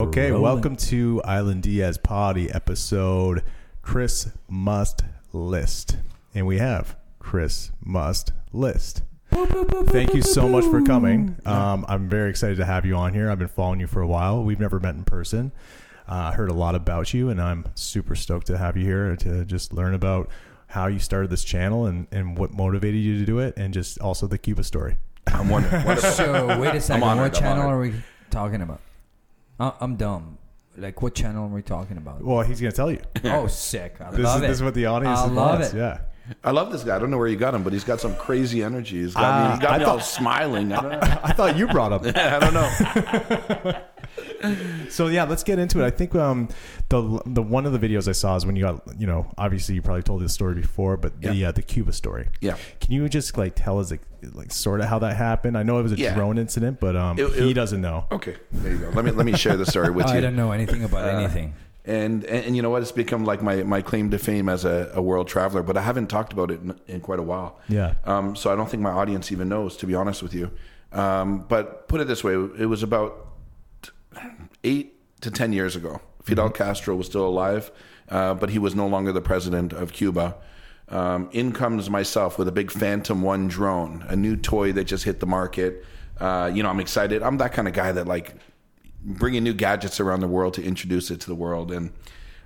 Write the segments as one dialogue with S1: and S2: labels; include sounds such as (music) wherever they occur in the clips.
S1: Okay,
S2: rolling.
S1: welcome to Island Diaz Potty episode Chris Must List. And we have Chris Must List. Thank you so much for coming. Um, I'm very excited to have you on here. I've been following you for a while. We've never met in person. Uh, I heard a lot about you, and I'm super stoked to have you here to just learn about how you started this channel and, and what motivated you to do it, and just also the Cuba story.
S3: I'm wondering. What
S2: So wait a second.
S3: honored,
S2: what
S3: I'm
S2: channel
S3: honored.
S2: are we talking about? Uh, I'm dumb. Like what channel are we
S1: (laughs)
S2: talking about?
S1: Well, he's going to tell you.
S2: Oh, sick! I
S1: This is,
S2: love it.
S1: this is what the audience
S2: I love
S1: wants.
S2: it.
S1: Yeah.
S3: (laughs) I love this guy. I don't know where you got him, but he's got some crazy energy. He's got me,
S1: Ah,
S3: he's got
S1: I
S3: me all
S1: thought-
S3: smiling. I don't know.
S1: I thought you brought
S2: (laughs)
S1: up
S3: (laughs) I don't know.
S1: So yeah, let's get into it. I think um, the the one of the videos I saw is when you got you know obviously you probably told this story before, but the
S3: Yeah.
S1: uh, the Cuba story.
S3: Yeah.
S1: Can you just like tell us like, like sort of how that happened? I know it was a
S3: Yeah.
S1: drone incident, but um,
S3: It-
S1: he
S3: it-
S1: doesn't
S3: (laughs)
S1: know.
S3: Okay, there you go. Let me let me share the story
S2: (laughs)
S3: with
S2: I
S3: you.
S2: don't know anything about
S1: Uh,
S2: anything.
S3: And, and and you know what? It's become like my my claim to fame as a, a world traveler, but I haven't talked about it in, in quite a while.
S1: Yeah.
S3: Um, so I don't think my audience even knows, to be honest with you. Um, but put it this way: it was about eight to ten years ago. Fidel Castro was still alive, uh, but he was no longer the president of Cuba. Um, in comes myself with a big Phantom One drone, a new toy that just hit the market. Uh, you know, I'm excited. I'm that kind of guy that like bringing new gadgets around the world to introduce it to the world. And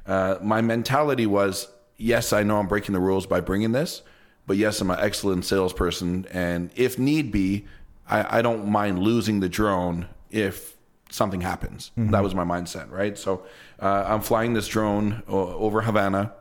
S3: uh, my mentality was, yes, I know I'm breaking the rules by bringing this, but yes, I'm an excellent salesperson, and if need be, I, I don't mind losing the drone if something happens. That was my mindset, right? So uh, I'm flying this drone o- over Havana.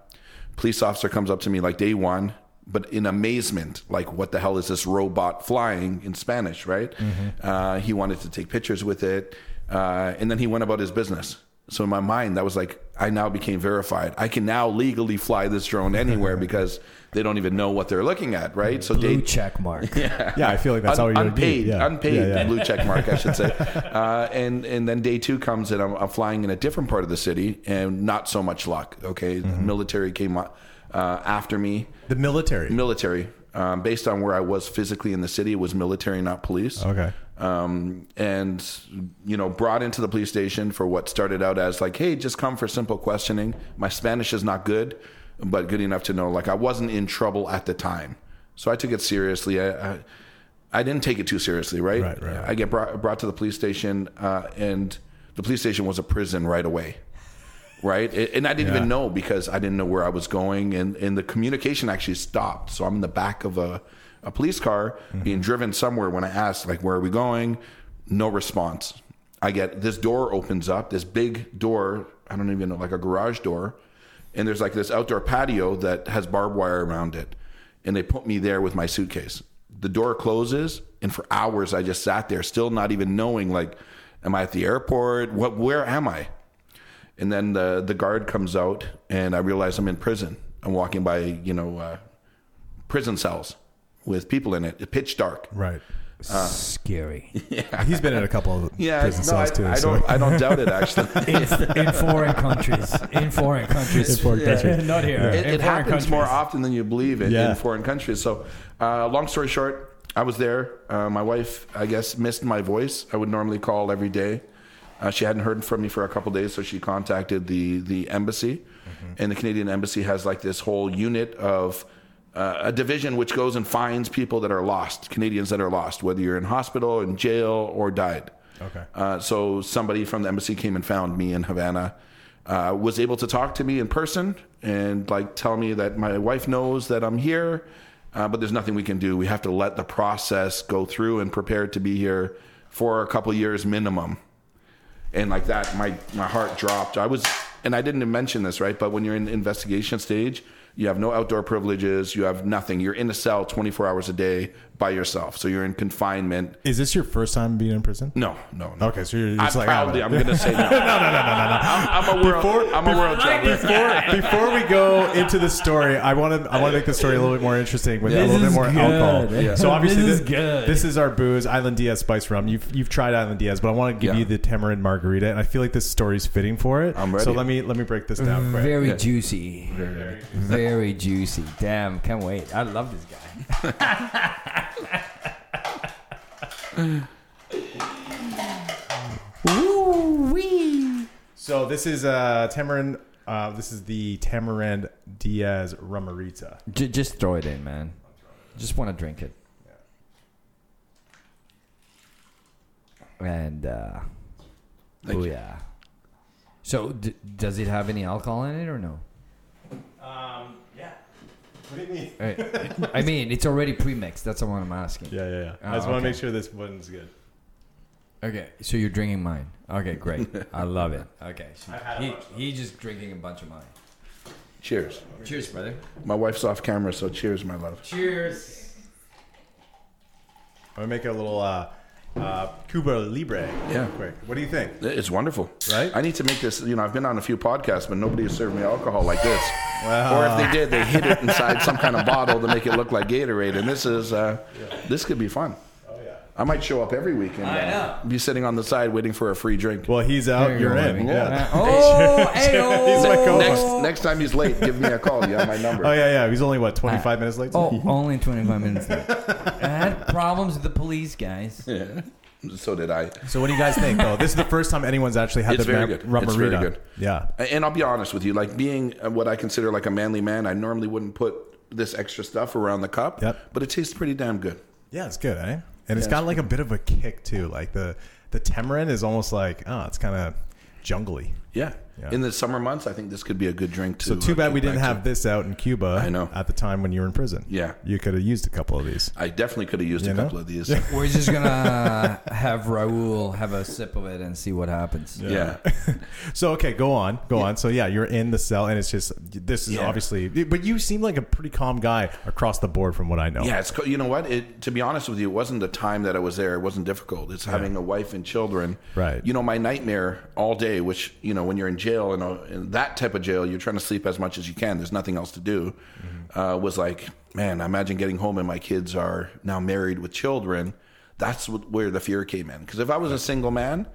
S3: Police officer comes up to me like day one, but in amazement, like what the hell is this robot flying in Spanish, right? Uh, he wanted to take pictures with it, uh, and then he went about his business. So in my mind, that was like I now became verified. I can now legally fly this drone anywhere because they don't even know what they're looking at, right? So
S2: Blue
S3: day
S2: check mark.
S1: (laughs) Yeah, I feel like that's
S3: Un-
S1: how you would
S3: unpaid,
S1: be. Yeah.
S3: unpaid
S1: Yeah, yeah.
S3: blue check mark, I
S1: (laughs)
S3: should say. uh, and and then day two comes, and I'm, I'm flying in a different part of the city, and not so much luck. Okay,
S1: Mm-hmm.
S3: the military came uh, after me.
S1: The military.
S3: Military, um, based on where I was physically in the city, it was military, not police
S1: okay.
S3: um, and you know brought into the police station for what started out as like hey just come for simple questioning my spanish is not good but good enough to know like i wasn't in trouble at the time so i took it seriously i, I, I didn't take it too seriously right,
S1: Right, right, right.
S3: i get brought, brought to the police station uh, and the police station was a prison right away right? And and I didn't
S1: Yeah.
S3: even know because I didn't know where I was going, and, and the communication actually stopped. So I'm in the back of a, a police car being driven somewhere when I asked, like, where are we going? No response. I get this door opens up, this big door, I don't even know, like a garage door, and there's like this outdoor patio that has barbed wire around it. And they put me there with my suitcase. The door closes, and for hours I just sat there, still not even knowing, like, am I at the airport? What? Where am I? And then the the guard comes out, and I realize I'm in prison. I'm walking by, you know, uh, prison cells with people in it. It's pitch dark. (laughs)
S1: Right.
S2: Scary.
S1: He's been in a couple of
S3: Yeah,
S1: prison
S3: no, I,
S1: cells too.
S3: I
S1: so-
S3: don't. I don't doubt it. Actually, (laughs)
S2: in foreign countries. In foreign countries.
S1: In foreign countries.
S2: (laughs) Not here.
S3: it,
S2: In
S3: it
S2: foreign
S3: happens
S2: countries.
S3: more often than you believe in,
S1: Yeah.
S3: in foreign countries. So, uh, long story short, I was there. Uh, my wife, I guess, missed my voice. I would normally call every day. Uh, she hadn't heard from me for a couple days, so she contacted the the embassy,
S1: Mm-hmm.
S3: and the Canadian embassy has like this whole unit of. Uh, a division which goes and finds people that are lost, Canadians that are lost, whether you're in hospital, in jail, or died.
S1: Okay.
S3: Uh, so somebody from the embassy came and found me in Havana. Uh, was able to talk to me in person and like tell me that my wife knows that I'm here, uh, but there's nothing we can do. We have to let the process go through and prepare to be here for a couple years minimum. And like that, my my heart dropped. I was, and I didn't mention this right, but when you're in the investigation stage, you have no outdoor privileges, you have nothing. You're in a cell 24 hours a day by yourself, so you're in confinement.
S1: (laughs) Is this your first time being in prison?
S3: No, no, no.
S1: Okay, so you're
S3: I'm
S1: just like "Ah,
S3: proudly, I'm going to
S1: (laughs)
S3: say no. no, no, no, no, no, I'm, I'm a world, I'm a world traveler.
S1: before, before we go into the story, I want to I want to make the story a little bit more interesting with a little bit
S2: is
S1: more
S2: good.
S1: alcohol.
S2: Yeah.
S1: So obviously this,
S2: This is good.
S1: this is our booze Island Diaz spice rum. You've you've tried Island Diaz, but I want to give
S3: Yeah.
S1: you the tamarind margarita, and I feel like this story's fitting for it.
S3: I'm ready.
S1: So let me let me break this down. Quick.
S2: Very juicy. Very, juicy. Damn, can't wait. I love this guy. Woo wee.
S1: So this is uh, tamarind. Uh, this is the tamarind Diaz Romerita.
S2: J- just throw it in, man. Just want to drink it. And uh,
S3: Thank
S2: oh
S3: you.
S2: yeah. So d- does it have any alcohol in it or no?
S1: Um, yeah. What do you mean?
S2: Uh, (laughs) I mean, it's already pre-mixed. That's what I'm asking.
S1: Yeah, yeah, yeah.
S2: Oh,
S1: I just want
S2: okay.
S1: to make sure this one's good.
S2: Okay, so you're drinking mine.
S1: (laughs)
S2: Okay, great. I love it. Okay, so
S1: I've had a
S2: he,
S1: bunch,
S2: he just drinking a bunch of mine.
S3: Cheers.
S2: Cheers, brother.
S3: My wife's off camera, so cheers, my love.
S2: Cheers.
S1: I'm gonna make a little uh, uh, Cuba Libre.
S3: Yeah.
S1: Quick. What do you think?
S3: It's wonderful,
S1: Right?
S3: I need to make this. You know, I've been on a few podcasts, but nobody has served me alcohol like this.
S1: Wow.
S3: Or if they did, they hid it inside some kind of bottle to make it look like Gatorade. And this is uh, this could be fun.
S1: Oh yeah.
S3: I might show up every weekend.
S2: I
S3: uh,
S2: know.
S3: Be sitting on the side waiting for a free drink.
S1: Well, he's out.
S2: There you
S1: you're
S2: go,
S1: in.
S2: baby.
S1: (laughs) Yeah.
S2: Oh,
S1: (laughs)
S2: ayo.
S1: He's like, oh.
S3: Next next time he's late, give me a call. You have my number.
S1: Oh yeah, yeah. He's only what 25 minutes late. (laughs)
S2: Oh, only 25 minutes. Late. I had problems with the police, guys.
S3: So did I.
S1: So what do you guys think though? This is the first time anyone's actually had
S3: It's
S1: the
S3: very
S1: ma-
S3: good. It's very
S1: Romerita.
S3: good.
S1: Yeah.
S3: And I'll be honest with you, like being uh, what I consider like a manly man, I normally wouldn't put this extra stuff around the cup.
S1: Yep.
S3: But it tastes pretty damn good.
S1: Yeah, it's good, eh? And it's got like a bit of a kick too. Like the the tamarind is almost like oh, it's kind of jungly.
S3: Yeah.
S1: Yeah.
S3: In the summer months, I think this could be a good drink uh, too.
S1: So too bad we didn't have this out in Cuba.
S3: I know.
S1: At the time when you were in prison.
S3: Yeah.
S1: You could have used a couple of these.
S3: I definitely could have used
S1: You
S3: a
S1: know?
S3: couple of these.
S2: We're just
S1: (laughs)
S2: gonna have Raul have a sip of it and see what happens.
S3: yeah.
S1: So okay, go on, go on. So yeah, you're in the cell, and it's just this is
S3: Yeah.
S1: obviously. But you seem like a pretty calm guy across the board, from what I know.
S3: Yeah, it's co- you know what? It to be honest with you, it wasn't the time that I was there. It wasn't difficult. It's having a wife and children.
S1: Right.
S3: You know, my nightmare all day, which you know, when you're in jail and uh, in that type of jail, you're trying to sleep as much as you can. There's nothing else to do.
S1: Mm-hmm.
S3: Uh, was like, man, imagine getting home and my kids are now married with children. That's what, where the fear came in. Because if I was a single man.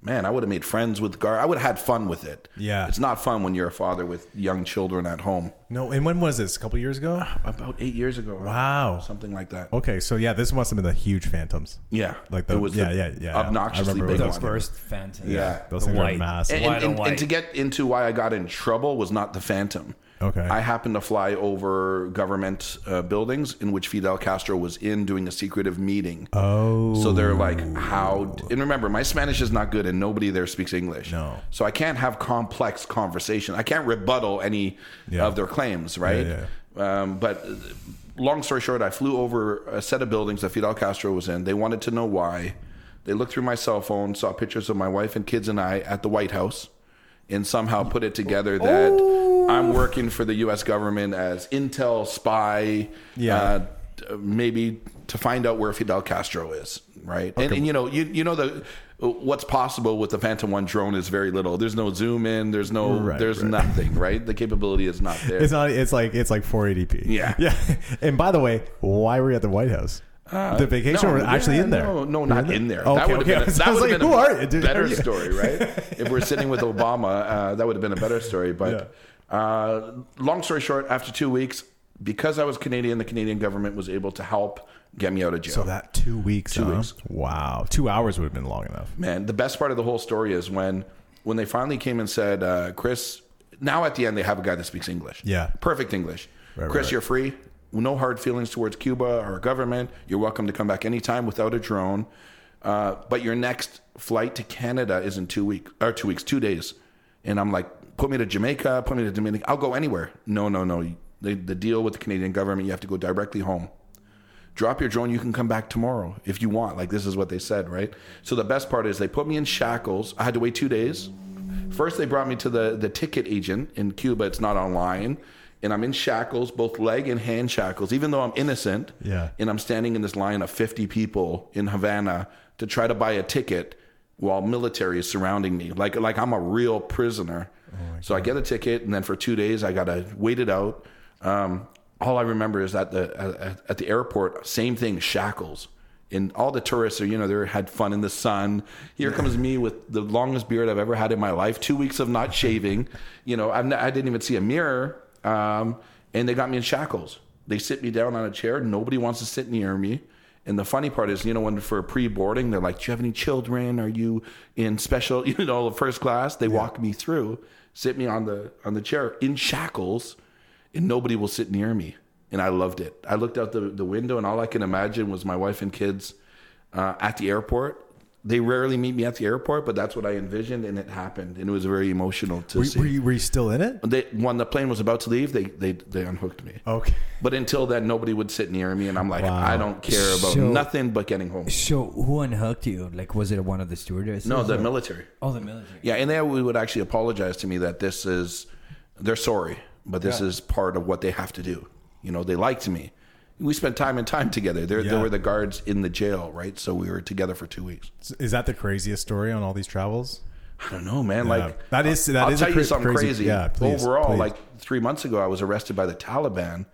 S3: Man, I would have made friends with Gar. I would have had fun with it.
S1: Yeah.
S3: it's not fun when you're a father with young children at home.
S1: No, and when was this? A couple years
S3: Uh,
S1: ago.
S3: About eight years ago,
S1: Wow. Oh,
S3: something like that.
S1: Okay, so yeah, this must have been the huge phantoms.
S3: Yeah,
S1: Like the-
S3: it was
S1: yeah,
S3: the
S1: yeah, yeah. I
S3: obnoxiously
S1: remember
S3: big
S1: it
S2: The
S1: was-
S3: one.
S2: first phantom.
S3: Yeah.
S1: Those
S2: The
S1: things
S2: white.
S1: are massive.
S3: And,
S2: White
S3: and,
S2: on
S3: and
S2: white.
S3: to get into why I got in trouble was not the Phantom.
S1: Okay.
S3: I happened to fly over government uh, buildings in which Fidel Castro was in doing a secretive meeting.
S1: oh,
S3: So they're like, how? d- And remember, my Spanish is not good, and nobody there speaks English.
S1: No.
S3: So I can't have complex conversation. I can't rebuttal any
S1: Yeah.
S3: of their claims, right?
S1: Yeah,
S3: Um, but uh, long story short, I flew over a set of buildings that Fidel Castro was in. They wanted to know why. They looked through my cell phone, saw pictures of my wife and kids and I at the White House, and somehow put it together that
S1: Oh.
S3: I'm working for the U.S. government as intel spy.
S1: Yeah.
S3: Uh, uh, maybe to find out where Fidel Castro is, right? And, and you know, you you know the what's possible with the Phantom One drone is very little. There's no zoom in. There's no.
S1: Right,
S3: there's
S1: right.
S3: nothing. Right. The capability is
S1: (laughs)
S3: not there.
S1: it's not. It's like it's like 480p.
S3: Yeah.
S1: (laughs) yeah. And by the way, why were you at the White House? the vacation
S3: Uh, No,
S1: were actually
S3: yeah,
S1: in there.
S3: No, no,
S1: You
S3: not
S1: were
S3: in there.
S1: Okay,
S3: that would have
S1: okay. (laughs)
S3: been, a,
S1: I
S3: that
S1: was
S3: would've
S1: like,
S3: been
S1: who
S3: a
S1: are you? dude? How
S3: better
S1: are you?
S3: story, right? if we're sitting with Obama, uh, that would have been a better story. But uh, long story short, after two weeks, because I was Canadian, the Canadian government was able to help get me out of jail.
S1: So that two weeks. Two
S3: weeks.
S1: Wow, two hours would have been long enough.
S3: man the best part of the whole story is when when they finally came and said uh, chris now at the end they have a guy that speaks english
S1: Yeah.
S3: perfect english
S1: Right,
S3: chris
S1: right.
S3: you're free no hard feelings towards cuba or our government you're welcome to come back anytime without a drone uh, but your next flight to canada is in two weeks or two weeks two days and i'm like put me to jamaica put me to dominican i'll go anywhere no no no the, the deal with the canadian government you have to go directly home drop your drone you can come back tomorrow if you want like this is what they said right so the best part is they put me in shackles i had to wait two days first they brought me to the the ticket agent in cuba it's not online and i'm in shackles both leg and hand shackles even though i'm innocent
S1: Yeah.
S3: and i'm standing in this line of 50 people in havana to try to buy a ticket while military is surrounding me like like i'm a real prisoner so i get a ticket and then for two days i gotta wait it out um, all I remember is at the at, at the airport, same thing, shackles. And all the tourists are, you know, they had fun in the sun. Here comes me with the longest beard I've ever had in my life. Two weeks of not shaving. You know, I'm not, I didn't even see a mirror. Um, and they got me in shackles. They sit me down on a chair. Nobody wants to sit near me. And the funny part is, you know, when for pre-boarding, they're like, "Do you have any children? Are you in special? (laughs) You know, first class?" They walk me through, sit me on the on the chair in shackles, and nobody will sit near me. And I loved it. I looked out the, the window, and all I can imagine was my wife and kids uh, at the airport. They rarely meet me at the airport, but that's what I envisioned, and it happened. And it was very emotional to
S1: Were,
S3: see.
S1: were, you, were you still in it?
S3: They, when the plane was about to leave, they they, they unhooked me.
S1: Okay.
S3: But until then, nobody would sit near me, and I'm like, I don't care about
S2: So-
S3: nothing but getting home.
S2: So who unhooked you? Like, was it one of the stewardesses?
S3: No, the
S2: or-
S3: military.
S2: oh, the military.
S3: Yeah, and they would actually apologize to me that this is, they're sorry, but this is part of what they have to do. You know, they liked me. We spent time and time together. They're, They
S1: Yeah.
S3: were the guards in the jail, right? So we were together for two weeks.
S1: Is that the craziest story on all these travels?
S3: I don't know, man. Like
S1: That is- that
S3: I'll
S1: is a
S3: tell
S1: cra-
S3: you something
S1: crazy-
S3: crazy.
S1: yeah, please,
S3: Overall,
S1: please.
S3: like three months ago, I was arrested by the Taliban,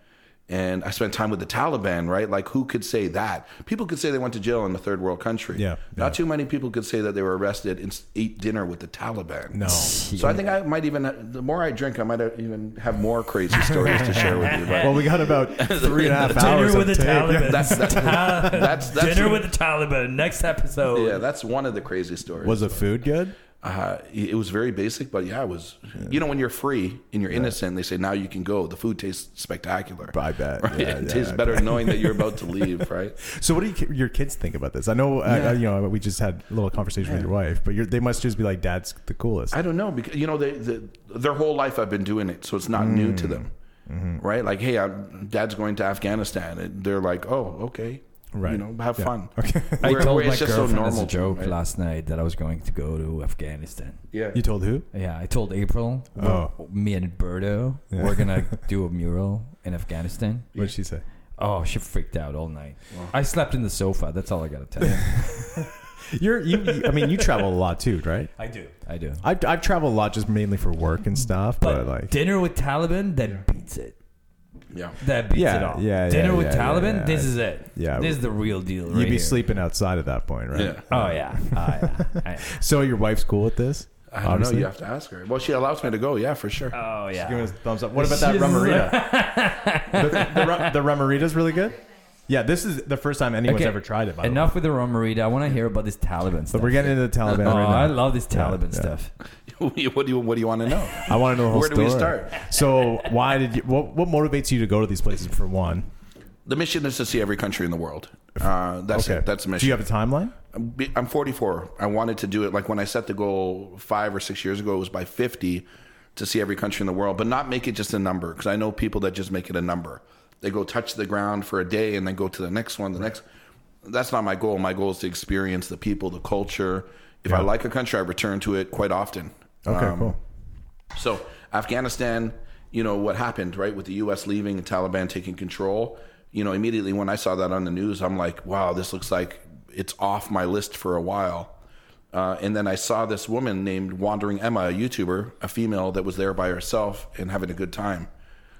S3: and I spent time with the Taliban. Right? Like, who could say that? People could say they went to jail in a third world country.
S1: Yeah,
S3: Not
S1: yeah.
S3: too many people could say that they were arrested and s- ate dinner with the Taliban. (laughs)
S1: No.
S3: So I think I might even the more I drink, I might even have more
S1: (laughs)
S3: crazy stories to share with you. But
S1: Well, we got
S3: (laughs)
S1: about three and a half hours.
S4: Dinner with the
S1: of tape.
S4: Taliban.
S2: (laughs)
S3: that's, that's, that's, that's
S4: Dinner with the Taliban. Next episode.
S3: yeah, that's one of the crazy stories.
S1: (laughs) Was the food good?
S3: uh, it it was very basic, but yeah, it was. You know, when you're free and you're innocent, they say now you can go. The food tastes spectacular.
S1: I bet.
S3: Right?
S1: Yeah,
S3: it
S1: yeah,
S3: tastes
S1: I
S3: better knowing that you're about
S1: (laughs)
S3: to leave, right?
S1: So, what do you, ki- your kids think about this? I know, uh,
S3: Yeah.
S1: uh, you know, we just had a little conversation with your wife, but you're, they must just be like, "Dad's the coolest."
S3: I don't know because you know they, they, their whole life I've been doing it, so it's not new to them,
S1: Mm-hmm.
S3: right? Like, hey, i Dad's going to Afghanistan, and they're like, oh, okay,
S1: Right.
S3: You know, have
S1: Yeah.
S3: fun.
S1: Okay.
S2: I
S3: Where-
S2: told
S3: where
S2: my girlfriend as a
S3: to them,
S2: joke
S3: right?
S2: last night that I was going to go to Afghanistan.
S3: Yeah,
S1: you told who?
S2: Yeah, I told April.
S1: Oh.
S2: we're- me and Berto,
S1: Yeah.
S2: we're (laughs) gonna do a mural in Afghanistan.
S1: What did she say?
S2: Oh, she freaked out all night. I slept in the sofa. That's all I gotta tell you.
S1: You're, you, you- I mean, you travel a lot too, right?
S4: I do.
S2: (laughs) I do.
S1: I've, I've traveled a lot, just mainly for work and stuff. But,
S2: But
S1: like,
S2: dinner with Taliban, that beats it.
S3: yeah.
S2: That beats
S1: Yeah,
S2: it all.
S1: yeah,
S2: dinner
S1: yeah,
S2: with
S1: yeah,
S2: Taliban.
S1: yeah, yeah.
S2: This is it.
S1: Yeah.
S2: this is the real deal.
S1: you'd
S2: right
S1: be
S2: here.
S1: sleeping outside at that point, right?
S3: Yeah.
S2: Oh yeah.
S1: (laughs)
S2: Oh yeah. Oh yeah.
S1: So your wife's cool with this?
S3: I don't know. You have to ask her. Well, she allows me to go. Yeah, for sure.
S2: Oh, yeah.
S1: Give us a thumbs up. What about that
S2: that
S1: Ramarita? the, the, rum- the Ramarita's really good. Yeah, this is the first time anyone's
S2: Okay,
S1: ever tried it. By the way.
S2: Enough with the Romarita. I want to hear about this Taliban
S1: But
S2: stuff.
S1: we're getting into the Taliban
S2: oh,
S1: right now.
S2: I love this
S1: Yeah,
S2: Taliban
S1: yeah.
S2: stuff.
S3: (laughs) what do you What do you want to (laughs) know?
S1: I want to know the whole
S3: Where do we
S1: story.
S3: start?
S1: So why did you? What, what motivates you to go to these places for one?
S3: The mission is to see every country in the world. Uh, that's it. That's the
S1: Do
S3: mission.
S1: you have a timeline?
S3: I'm- I'm 44. I wanted to do it like when I set the goal five or six years ago. It was by 50 to see every country in the world, but not make it just a number because I know people that just make it a number. They go touch the ground for a day and then go to the next one. The next. That's not my goal. My goal is to experience the people, the culture. If I like a country, I return to it quite often.
S1: Okay,
S3: Um,
S1: cool.
S3: so Afghanistan, you know what happened, right? With the U.S. leaving and Taliban taking control. You know, immediately when I saw that on the news, I'm like, wow, this looks like it's off my list for a while. Uh, and then I saw this woman named Wandering Emma, a YouTuber, a female that was there by herself and having a good time.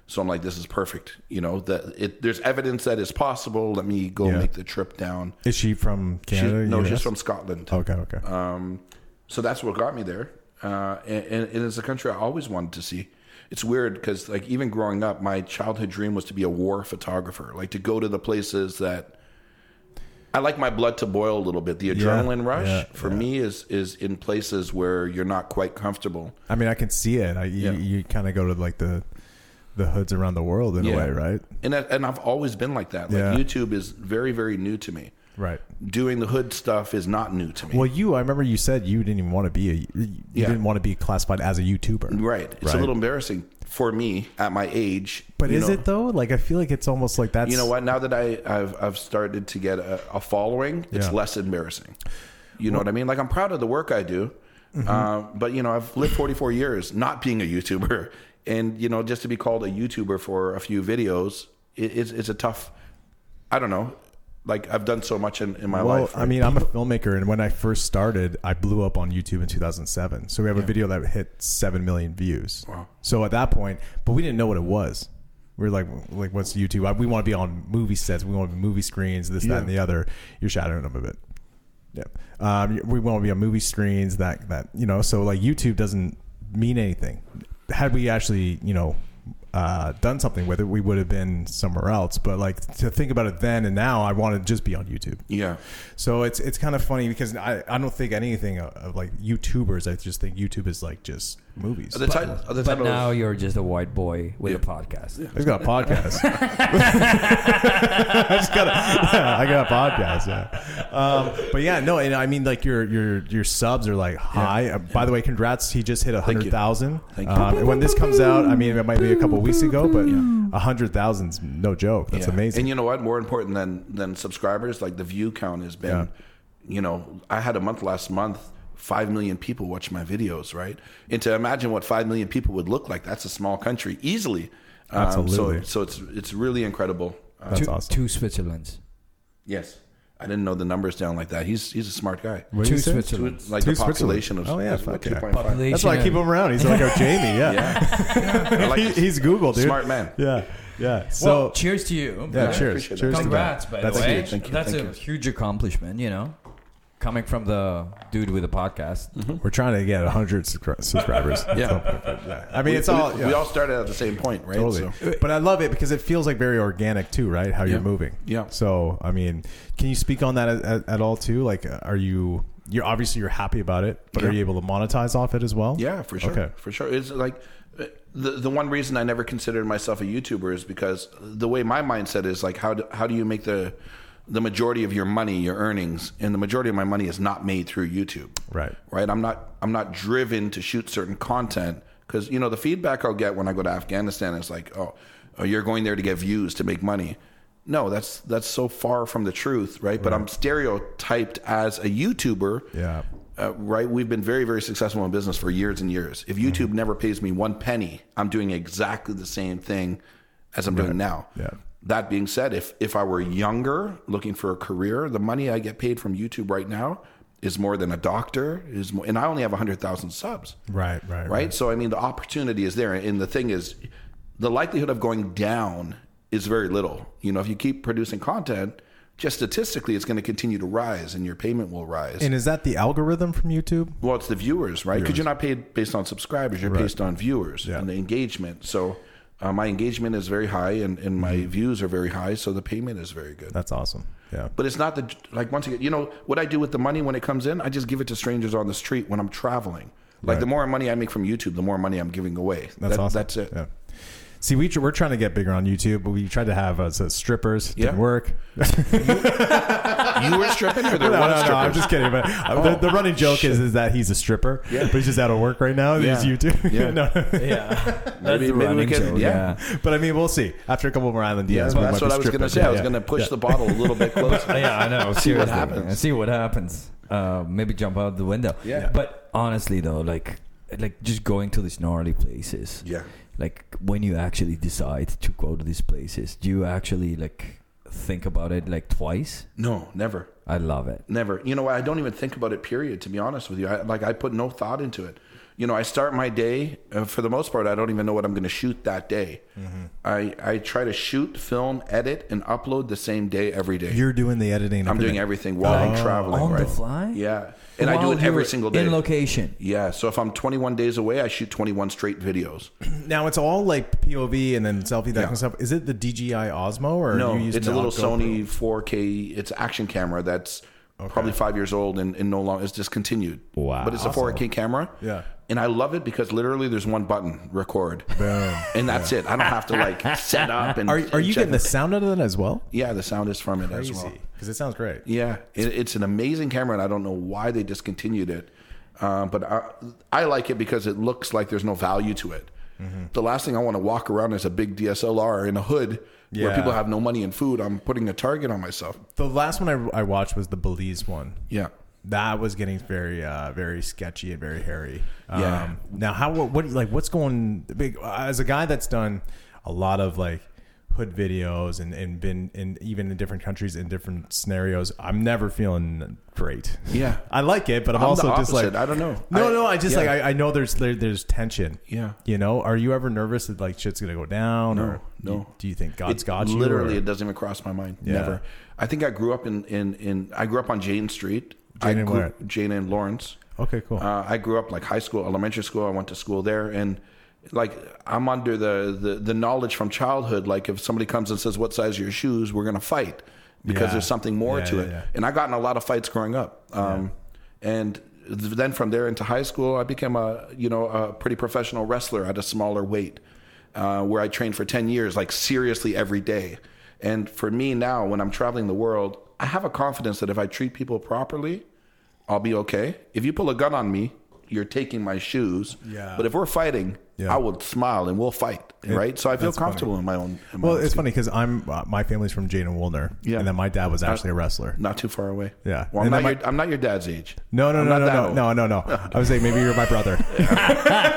S3: So I'm like, this is perfect. You know, that it, there's evidence that it's possible. Let me go
S1: Yeah.
S3: make the trip down.
S1: Is she from
S3: She's,
S1: Canada?
S3: no, she's
S1: US?
S3: from Scotland.
S1: Okay, okay.
S3: Um, so that's what got me there, uh, and, and, and it's a country I always wanted to see. It's weird because like even growing up, my childhood dream was to be a war photographer, like to go to the places that I like my blood to boil a little bit. The adrenaline rush
S1: yeah,
S3: for me is is in places where you're not quite comfortable.
S1: I mean, I can see it. I, you
S3: Yeah.
S1: you kind of go to like the the hoods around the world in a
S3: Yeah.
S1: way, right?
S3: And I, and I've always been like that. Like
S1: Yeah.
S3: YouTube is very very new to me.
S1: Right.
S3: Doing the hood stuff is not new to me.
S1: Well, you, I remember you said you didn't even want to be a you
S3: Yeah.
S1: didn't want to be classified as a YouTuber,
S3: right. It's a
S1: Right.
S3: little embarrassing for me at my age.
S1: But
S3: you
S1: is
S3: know.
S1: it though? Like, I feel like it's almost like that's
S3: you know what? Now that I, I've I've started to get a, a following, it's
S1: Yeah.
S3: less embarrassing. You know what I mean? Like I'm proud of the work I do,
S1: Mm-hmm.
S3: uh, but you know I've lived 44 years not being a YouTuber, (laughs) and you know just to be called a YouTuber for a few videos, it, it's it's a tough. I don't know. Like I've done so much in, in my
S1: Well,
S3: life.
S1: I mean, I'm a filmmaker, and when I first started, I blew up on YouTube in 2007. So we have a video that hit seven million views.
S3: Wow.
S1: So at that point, but we didn't know what it was. We were like, like, what's YouTube? I, we want to be on movie sets. We want to be movie screens. This, that, and the other. You're shadowing them a bit. Yeah. Um, we want to be on movie screens. That that you know. So like YouTube doesn't mean anything. Had we actually you know uh, done something with it, we would have been somewhere else. But like to think about it then and now, I want to just be on YouTube.
S3: Yeah.
S1: So it's it's kind of funny because I, I don't think anything of, of like YouTubers. I just think YouTube is like just movies.
S3: Are the, ti- are
S2: But
S3: the titles-
S2: now you're just a white boy with
S3: Yeah.
S2: a podcast.
S1: He's got a
S3: (laughs)
S1: podcast. (laughs) I just got a, (laughs) I got a podcast. Yeah, um, but yeah, no, and I mean like your your your subs are like high. Uh, by the way, congrats! He just hit a
S3: Thank you.
S1: hundred thousand.
S3: Thank you.
S1: Um, and when this comes out, I mean it might be a couple weeks ago, but a hundred thousand's no joke. That's
S3: Yeah.
S1: amazing.
S3: And you know what? More important than than subscribers, like the view count has been.
S1: Yeah.
S3: You know, I had a month last month. Five million people watch my videos, right? And to imagine what five million people would look like, that's a small country easily. Um,
S1: Absolutely.
S3: So, so it's it's really incredible. Uh,
S1: That's
S2: two,
S1: awesome.
S2: Two Switzerlands.
S3: yes, I didn't know the numbers down like that. He's he's a smart guy.
S1: What did
S2: two
S1: you say?
S3: Two-
S2: Switzerlands.
S3: like
S1: Two
S3: the population of
S1: Switzerland. Oh, yeah,
S3: is what,
S1: fuck yeah.
S3: 2.5?
S2: Population
S1: That's why I
S2: of-
S1: keep him around. He's like our Jamie. Yeah,
S3: (laughs) I like
S1: (laughs) He- (laughs)
S3: this.
S1: he's Google, dude.
S3: Smart man.
S1: Yeah, yeah.
S2: Well,
S1: So
S2: cheers to you.
S1: yeah,
S3: I
S1: cheers.
S3: appreciate that.
S1: Cheers. to that.
S2: Congrats, by
S1: That's
S2: the way.
S1: huge.
S3: Thank you,
S2: That's
S3: thank
S2: a
S3: you.
S2: huge accomplishment, you know, coming from the dude with a podcast.
S1: We're trying to get 100 subscri- subscribers.
S3: (laughs) Yeah.
S1: yeah. I mean, it's
S3: We-
S1: all.
S3: We,
S1: yeah.
S3: all started at the same point, right?
S1: Totally.
S3: So-
S1: But I love it because it feels like very organic too, right? How you're
S3: Yeah.
S1: moving.
S3: Yeah.
S1: So I mean, can you speak on that at, at, at all too? Like, uh, are you? You're obviously you're happy about it, but are
S3: Yeah.
S1: you able to monetize off it as well?
S3: Yeah, for sure.
S1: Okay.
S3: For sure. It's like uh, the the one reason I never considered myself a YouTuber is because the way my mindset is like how do, how do you make the the majority of your money, your earnings, and the majority of my money is not made through YouTube.
S1: Right.
S3: Right? I'm not I'm not driven to shoot certain content cuz you know the feedback I'll get when I go to Afghanistan is like, "Oh, oh you're going there to get views to make money." No, that's that's so far from the truth, right? But I'm stereotyped as a YouTuber
S1: Yeah.
S3: uh, right? We've been very, very successful in business for years and years.
S1: Mm-hmm.
S3: If YouTube never pays me one penny, I'm doing exactly the same thing as I'm doing now.
S1: Yeah.
S3: That being said, if if I were younger, looking for a career, the money I get paid from YouTube right now is more than a doctor is more, and I only have hundred thousand subs
S1: Right. Right.
S3: right? So I mean, the opportunity is there, and the thing is, the likelihood of going down is very little. You know, if you keep producing content, just statistically, it's going to continue to rise, and your payment will rise.
S1: And is that the algorithm from YouTube?
S3: well, it's the viewers, right? Because you're not paid based on subscribers; you're based on viewers
S1: Yeah.
S3: and the engagement. So. Uh, my engagement is very high, and, and my views are very high, so the payment is very good.
S1: That's awesome. Yeah.
S3: But it's not the like once again, you know what I do with the money when it comes in? I just give it to strangers on the street when I'm traveling. Like
S1: Right.
S3: the more money I make from YouTube, the more money I'm giving away.
S1: That's
S3: That-
S1: awesome.
S3: That's it.
S1: Yeah. See, we, tr- we're trying to get bigger on YouTube, but we tried to have us as strippers. Didn't
S3: Yeah.
S1: work.
S3: You were stripping, or
S1: (laughs)
S3: there
S1: No,
S3: was
S1: no, no, I'm
S3: strippers?
S1: just kidding. But uh, the, the
S3: Oh,
S1: running joke is, is that he's a stripper, but he's just out of work right now. He's
S3: Yeah.
S1: YouTube. (laughs)
S3: Yeah.
S1: No, no.
S2: (laughs)
S4: Yeah.
S3: maybe,
S2: the
S3: maybe we
S2: running
S3: can.
S2: joke,
S3: yeah.
S1: But I mean, we'll see. After a couple more Island Diaz,
S3: That's,
S1: we might
S3: what
S1: be
S3: I was going to
S1: strippers.
S3: say. I was
S1: Yeah,
S3: going to push
S1: yeah.
S3: the bottle a
S1: (laughs)
S3: little bit closer.
S2: Oh, yeah,
S3: (laughs)
S2: I know. See
S3: what happens.
S2: See what happens. Uh, maybe jump out the window.
S3: Yeah.
S2: But honestly, though, like, like just going to these gnarly places.
S3: Yeah.
S2: Like when you actually decide to go to these places, do you actually like think about it like twice?
S3: No, never,
S2: I love it.
S3: never. You know what? I don't even think about it. Period. To be honest with you, I, like I put no thought into it. You know, I start my day uh, for the most part. I don't even know what I'm going to shoot that day.
S1: Mm-hmm.
S3: I I try to shoot, film, edit, and upload the same day every day.
S1: You're doing the editing.
S3: I'm
S1: for
S3: doing
S1: the-
S3: everything while
S1: Oh.
S3: I'm traveling.
S2: on the
S3: right?
S2: fly?
S3: Yeah, and I do
S2: While
S3: it every
S2: you're
S3: single day.
S2: in location.
S3: yeah, so if I'm 21 days away, I shoot 21
S1: (clears throat)
S3: straight videos.
S1: Now it's all like POV and then selfie that
S3: Yeah.
S1: kind of stuff. Is it the DJI Osmo or
S3: No,
S1: you use
S3: it's a
S1: now
S3: little
S1: GoPro?
S3: Sony 4K. It's action camera that's probably five years old and, and no longer it's discontinued.
S2: Wow.
S3: But it's a 4K camera.
S1: Yeah.
S3: And I love it because literally there's one button, record,
S1: Boom.
S3: and that's it. I don't have to like set up and.
S1: (laughs) Are, are you
S3: check
S1: getting the sound out of that as well?
S3: Yeah, the sound is from it as well.
S1: because it sounds great.
S3: Yeah, it, it's an amazing camera, and I don't know why they discontinued it. Um, but I, I like it because it looks like there's no value to it.
S1: Mm-hmm.
S3: The last thing I want to walk around is a big DSLR in a hood where
S1: Yeah.
S3: people have no money and food. I'm putting a target on myself.
S1: The last one I, I watched was the Belize one.
S3: Yeah.
S1: That was getting very, uh, very sketchy and very hairy. Um,
S3: Yeah.
S1: Now, how what, what like what's going big as a guy that's done a lot of like hood videos and and been in even in different countries in different scenarios. I'm never feeling great.
S3: Yeah.
S1: (laughs) I like it, but I'm,
S3: I'm the
S1: also just like
S3: opposite. I don't know.
S1: No,
S3: I-
S1: no, I just
S3: yeah.
S1: like I, I know there's there, there's tension.
S3: Yeah.
S1: You know, are you ever nervous that like shit's gonna go down? or
S3: no.
S1: you- do you think God's
S3: It-
S1: got you?
S3: Literally,
S1: or-
S3: it doesn't even cross my mind.
S1: Yeah.
S3: Never. I think I grew up in in in. I grew up on Jane Street. I
S1: Jane and
S3: grew-
S1: where?
S3: Jane and Lawrence.
S1: okay, cool.
S3: Uh, I grew up like high school, elementary school. I went to school there, and like I'm under the, the the knowledge from childhood. Like if somebody comes and says, "What size are your shoes?" We're gonna fight because
S1: Yeah.
S3: there's something more
S1: Yeah,
S3: to
S1: yeah,
S3: it.
S1: yeah.
S3: And I got in a lot of fights growing up. Um, And th- then from there into high school, I became a you know a pretty professional wrestler at a smaller weight, uh, where I trained for ten years, like seriously every day. And for me now, when I'm traveling the world, I have a confidence that if I treat people properly, I'll be okay. If you pull a gun on me, you're taking my shoes.
S1: Yeah.
S3: But if we're fighting,
S1: Yeah.
S3: I will smile and we'll fight, right? So I feel
S1: that's funny.
S3: comfortable in my own. in my
S1: Well,
S3: own
S1: it's
S3: skin.
S1: funny because I'm uh, my family's from Jane and Woolner,
S3: Yeah. Uh,
S1: and then my dad was actually a wrestler.
S3: Not too far away.
S1: Yeah.
S3: Well, I'm
S1: And
S3: not,
S1: then my-
S3: your, I'm not your dad's age.
S1: No, no,
S3: I'm
S1: no,
S3: not
S1: no,
S3: that
S1: no,
S3: old.
S1: no, no, no.
S3: (laughs)
S1: I was saying maybe you're my brother.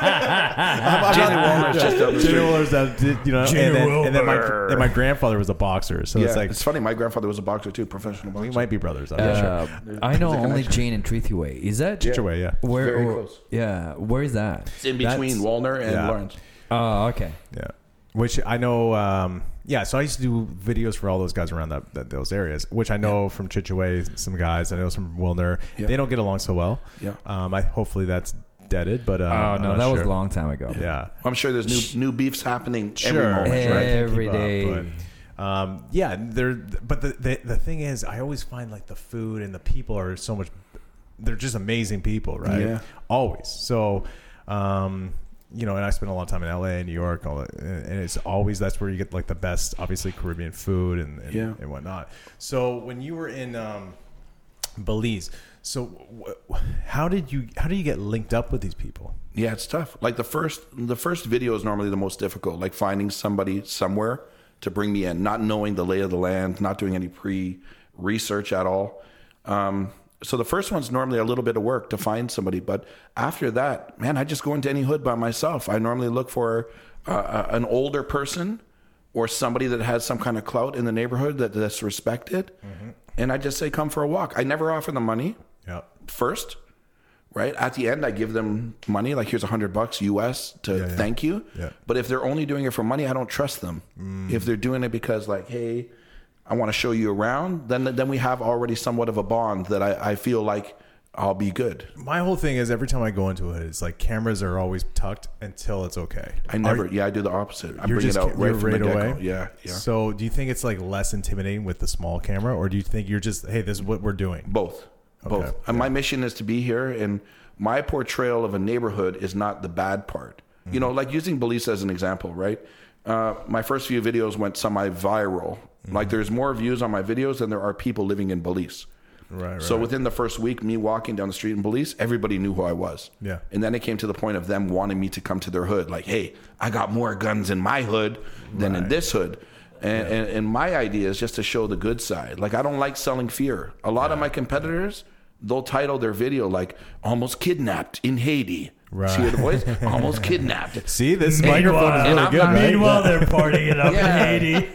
S3: Jenny Walner's (laughs) just down the
S1: Jane
S3: street.
S1: Woolner's, uh, you know,
S4: Jane
S1: and then, and then my
S4: Wilbur.
S1: and my grandfather was a boxer, so
S3: Yeah.
S1: it's like
S3: it's funny. My grandfather was a boxer too, professional
S1: we
S3: boxer.
S1: might be brothers. I'm not sure.
S2: Uh, I know
S3: There's a
S2: only
S3: connection.
S2: Jane and Treathyway. Is that
S1: Either way, yeah,
S2: Where,
S3: Very
S2: or-
S3: close.
S2: Yeah, where is that?
S3: It's in between
S1: That's-
S3: (laughs) Walner and
S1: yeah.
S3: Lawrence.
S1: Uh,
S2: Oh, okay.
S1: yeah. Which I know, um, yeah. So I used to do videos for all those guys around that, that those areas. Which I know from Chichaway, some guys. I know some from Wilner.
S3: Yeah.
S1: They don't get along so well.
S3: Yeah.
S1: Um, I hopefully that's deaded, but uh,
S2: oh
S1: I'm
S2: no,
S1: not
S2: that was
S1: sure.
S2: a long time ago.
S1: Yeah.
S3: I'm sure there's new new beefs happening
S1: Sure.
S3: every moment,
S2: Yeah.
S3: right?
S2: Every
S1: Keep up,
S2: day.
S1: but, um, yeah, they're but the, the the thing is, I always find like the food and the people are so much. They're just amazing people, right?
S3: Yeah.
S1: Always. So, um, you know, and I spend a lot of time in LA, New York, all that, and and it's always that's where you get like the best, obviously Caribbean food and and,
S3: Yeah.
S1: and whatnot. So when you were in um, Belize, so wh- wh- how did you how do you get linked up with these people?
S3: Yeah, it's tough. Like the first the first video is normally the most difficult. Like finding somebody somewhere to bring me in, not knowing the lay of the land, not doing any pre research at all. Um, so the first one's normally a little bit of work to find somebody, but after that, man, I just go into any hood by myself. I normally look for uh, uh, an older person or somebody that has some kind of clout in the neighborhood that, that's respected, and I just say, "Come for a walk." I never offer them money
S1: Yeah.
S3: first, right? At the end, I give them money, like here's a hundred bucks US to
S1: yeah.
S3: thank you.
S1: Yeah. Mm.
S3: But if they're only doing it for money, I don't trust them. If they're doing it because, like, hey, I want to show you around, then then we have already somewhat of a bond that I, I feel like I'll be good.
S1: My whole thing is every time I go into it, it's like cameras are always tucked until it's okay.
S3: I never, yeah, I do the opposite. I
S1: You're
S3: bring it
S1: just
S3: out right
S1: you're
S3: from
S1: right
S3: the get-go.
S1: away.
S3: Yeah, yeah.
S1: So do you think it's like less intimidating with the small camera, or do you think you're just hey, this is what we're doing?
S3: Both. Both.
S1: Okay.
S3: And my mission is to be here, and my portrayal of a neighborhood is not the bad part. You know, like using Belize as an example, right? Uh, my first few videos went semi viral. Like, there's more views on my videos than there are people living in Belize.
S1: Right. right.
S3: So within the first week, me walking down the street in Belize, everybody knew who I was.
S1: Yeah.
S3: And then it came to the point of them wanting me to come to their hood. Like, hey, I got more guns in my hood than in this hood. And, and, and my idea is just to show the good side. Like, I don't like selling fear. A lot of my competitors, they'll title their video like "Almost Kidnapped in Haiti."
S1: Right.
S3: See the voice?
S1: (laughs)
S3: Almost kidnapped.
S1: see, this
S4: Meanwhile-
S1: microphone is
S4: And
S1: really
S3: I'm
S1: good,
S3: not-
S1: right?
S4: Meanwhile, they're
S1: (laughs)
S4: partying up
S3: Yeah.
S4: in Haiti.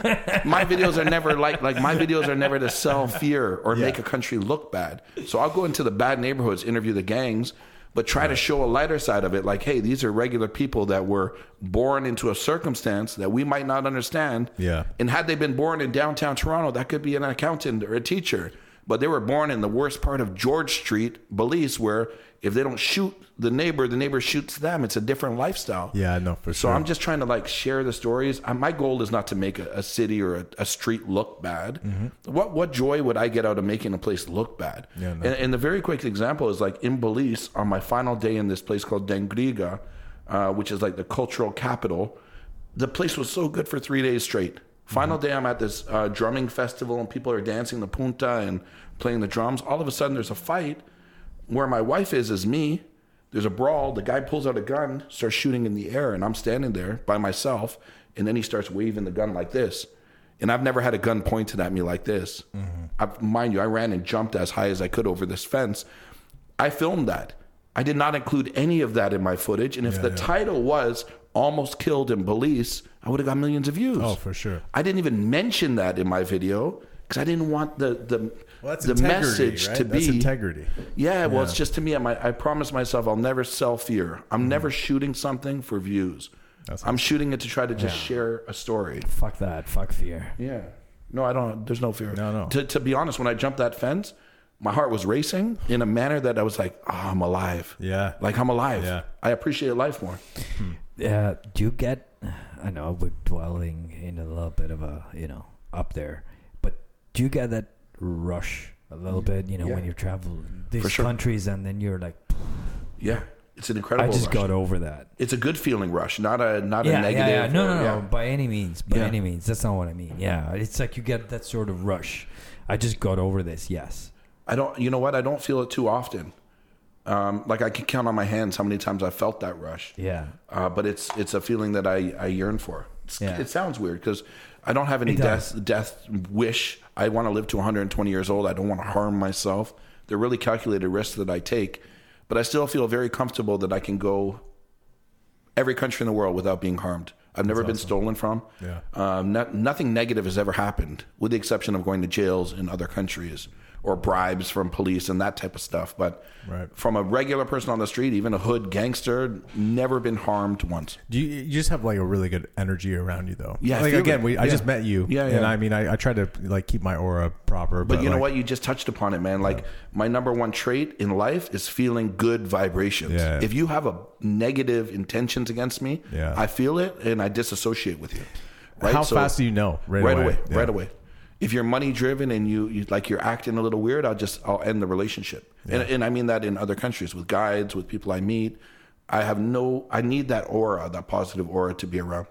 S3: (laughs) my videos are never like like my videos are never to sell fear or make a country look bad. So I'll go into the bad neighborhoods, interview the gangs, but try to show a lighter side of it. Like, hey, these are regular people that were born into a circumstance that we might not understand.
S1: Yeah.
S3: And had they been born in downtown Toronto, that could be an accountant or a teacher. But they were born in the worst part of George Street, Belize, where if they don't shoot the neighbor, the neighbor shoots them. It's a different lifestyle.
S1: Yeah, no, for
S3: So
S1: sure.
S3: I'm just trying to like share the stories. Uh, my goal is not to make a, a city or a, a street look bad. What what joy would I get out of making a place look bad?
S1: Mm-hmm. Yeah, no.
S3: and, and the very quick example is like in Belize on my final day in this place called Dangriga, uh, which is like the cultural capital. The place was so good for three days straight. Final
S1: Mm-hmm.
S3: day, I'm at this uh, drumming festival and people are dancing the punta and playing the drums. All of a sudden, there's a fight. Where my wife is is me. There's a brawl. The guy pulls out a gun, starts shooting in the air, and I'm standing there by myself. And then he starts waving the gun like this. And I've never had a gun pointed at me like this.
S1: Mm-hmm.
S3: I, mind you, I ran and jumped as high as I could over this fence. I filmed that. I did not include any of that in my footage. And if the title was Almost Killed in Belize, I would have got millions of views.
S1: Oh, for sure.
S3: I didn't even mention that in my video because I didn't want the, the,
S1: Well, that's
S3: the
S1: integrity,
S3: message
S1: right?
S3: to
S1: That's
S3: be.
S1: integrity.
S3: Yeah, well, it's just to me. I'm, I promise myself I'll never sell fear.
S2: Mm-hmm.
S3: I'm never shooting something for views. I'm shooting it to try to just share a story.
S2: Fuck that. Fuck fear.
S3: Yeah. No, I don't. There's no fear.
S1: No, no.
S3: To, to be honest, when I jumped that fence, my heart was racing in a manner that I was like, oh, I'm alive.
S1: Yeah.
S3: Like I'm alive.
S1: Yeah.
S3: I appreciate life more.
S2: uh, do you get? I know we're dwelling in a little bit of a you know up there, but do you get that rush a little
S1: Mm-hmm.
S2: bit? You know
S3: Yeah.
S2: when you travel these
S3: sure.
S2: countries and then you're like,
S3: Yeah, it's
S2: I
S3: an incredible.
S2: just
S3: rush.
S2: got over that.
S3: It's a good feeling rush, not a not
S2: yeah,
S3: a negative.
S2: yeah, yeah. No,
S3: or-
S2: no, no.
S3: yeah.
S2: By any means, by
S3: Yeah.
S2: any means. That's not what I mean. Yeah, it's like you get that sort of rush. I just got over this. Yes.
S3: I don't. You know what? I don't feel it too often. Um, like I can count on my hands how many times I felt that rush.
S1: (laughs)
S2: Yeah.
S3: Uh, but it's it's a feeling that I, I yearn for. It's,
S2: Yeah.
S3: It sounds weird because I don't have any
S2: It does.
S3: death death wish. I want to live to 120 years old. I don't want to harm myself. They're really calculated risks that I take, but I still feel very comfortable that I can go every country in the world without being harmed. I've never been stolen from.
S1: Yeah.
S3: Um, not, nothing negative has ever happened, with the exception of going to jails in other countries or bribes from police and that type of stuff. But
S1: Right.
S3: from a regular person on the street, even a hood gangster, never been harmed once.
S1: Do you, you just have like a really good energy around you though.
S3: Yeah, I
S1: Like
S3: feel
S1: again,
S3: it.
S1: we I
S3: Yeah.
S1: just met you.
S3: Yeah,
S1: And
S3: yeah.
S1: I mean, I, I try to like keep my aura proper, but,
S3: But you know
S1: like,
S3: what? You just touched upon it, man. Like my number one trait in life is feeling good vibrations.
S1: Yeah.
S3: If you have a negative intentions against me,
S1: Yeah.
S3: I feel it and I disassociate with you. Right?
S1: How
S3: So-
S1: fast do you know? Right,
S3: right away,
S1: Yeah.
S3: right away. If you're money driven and you, you like you're acting a little weird, I'll just I'll end the relationship. And, and I mean that in other countries with guides, with people I meet. I have no. I need that aura, that positive aura, to be around.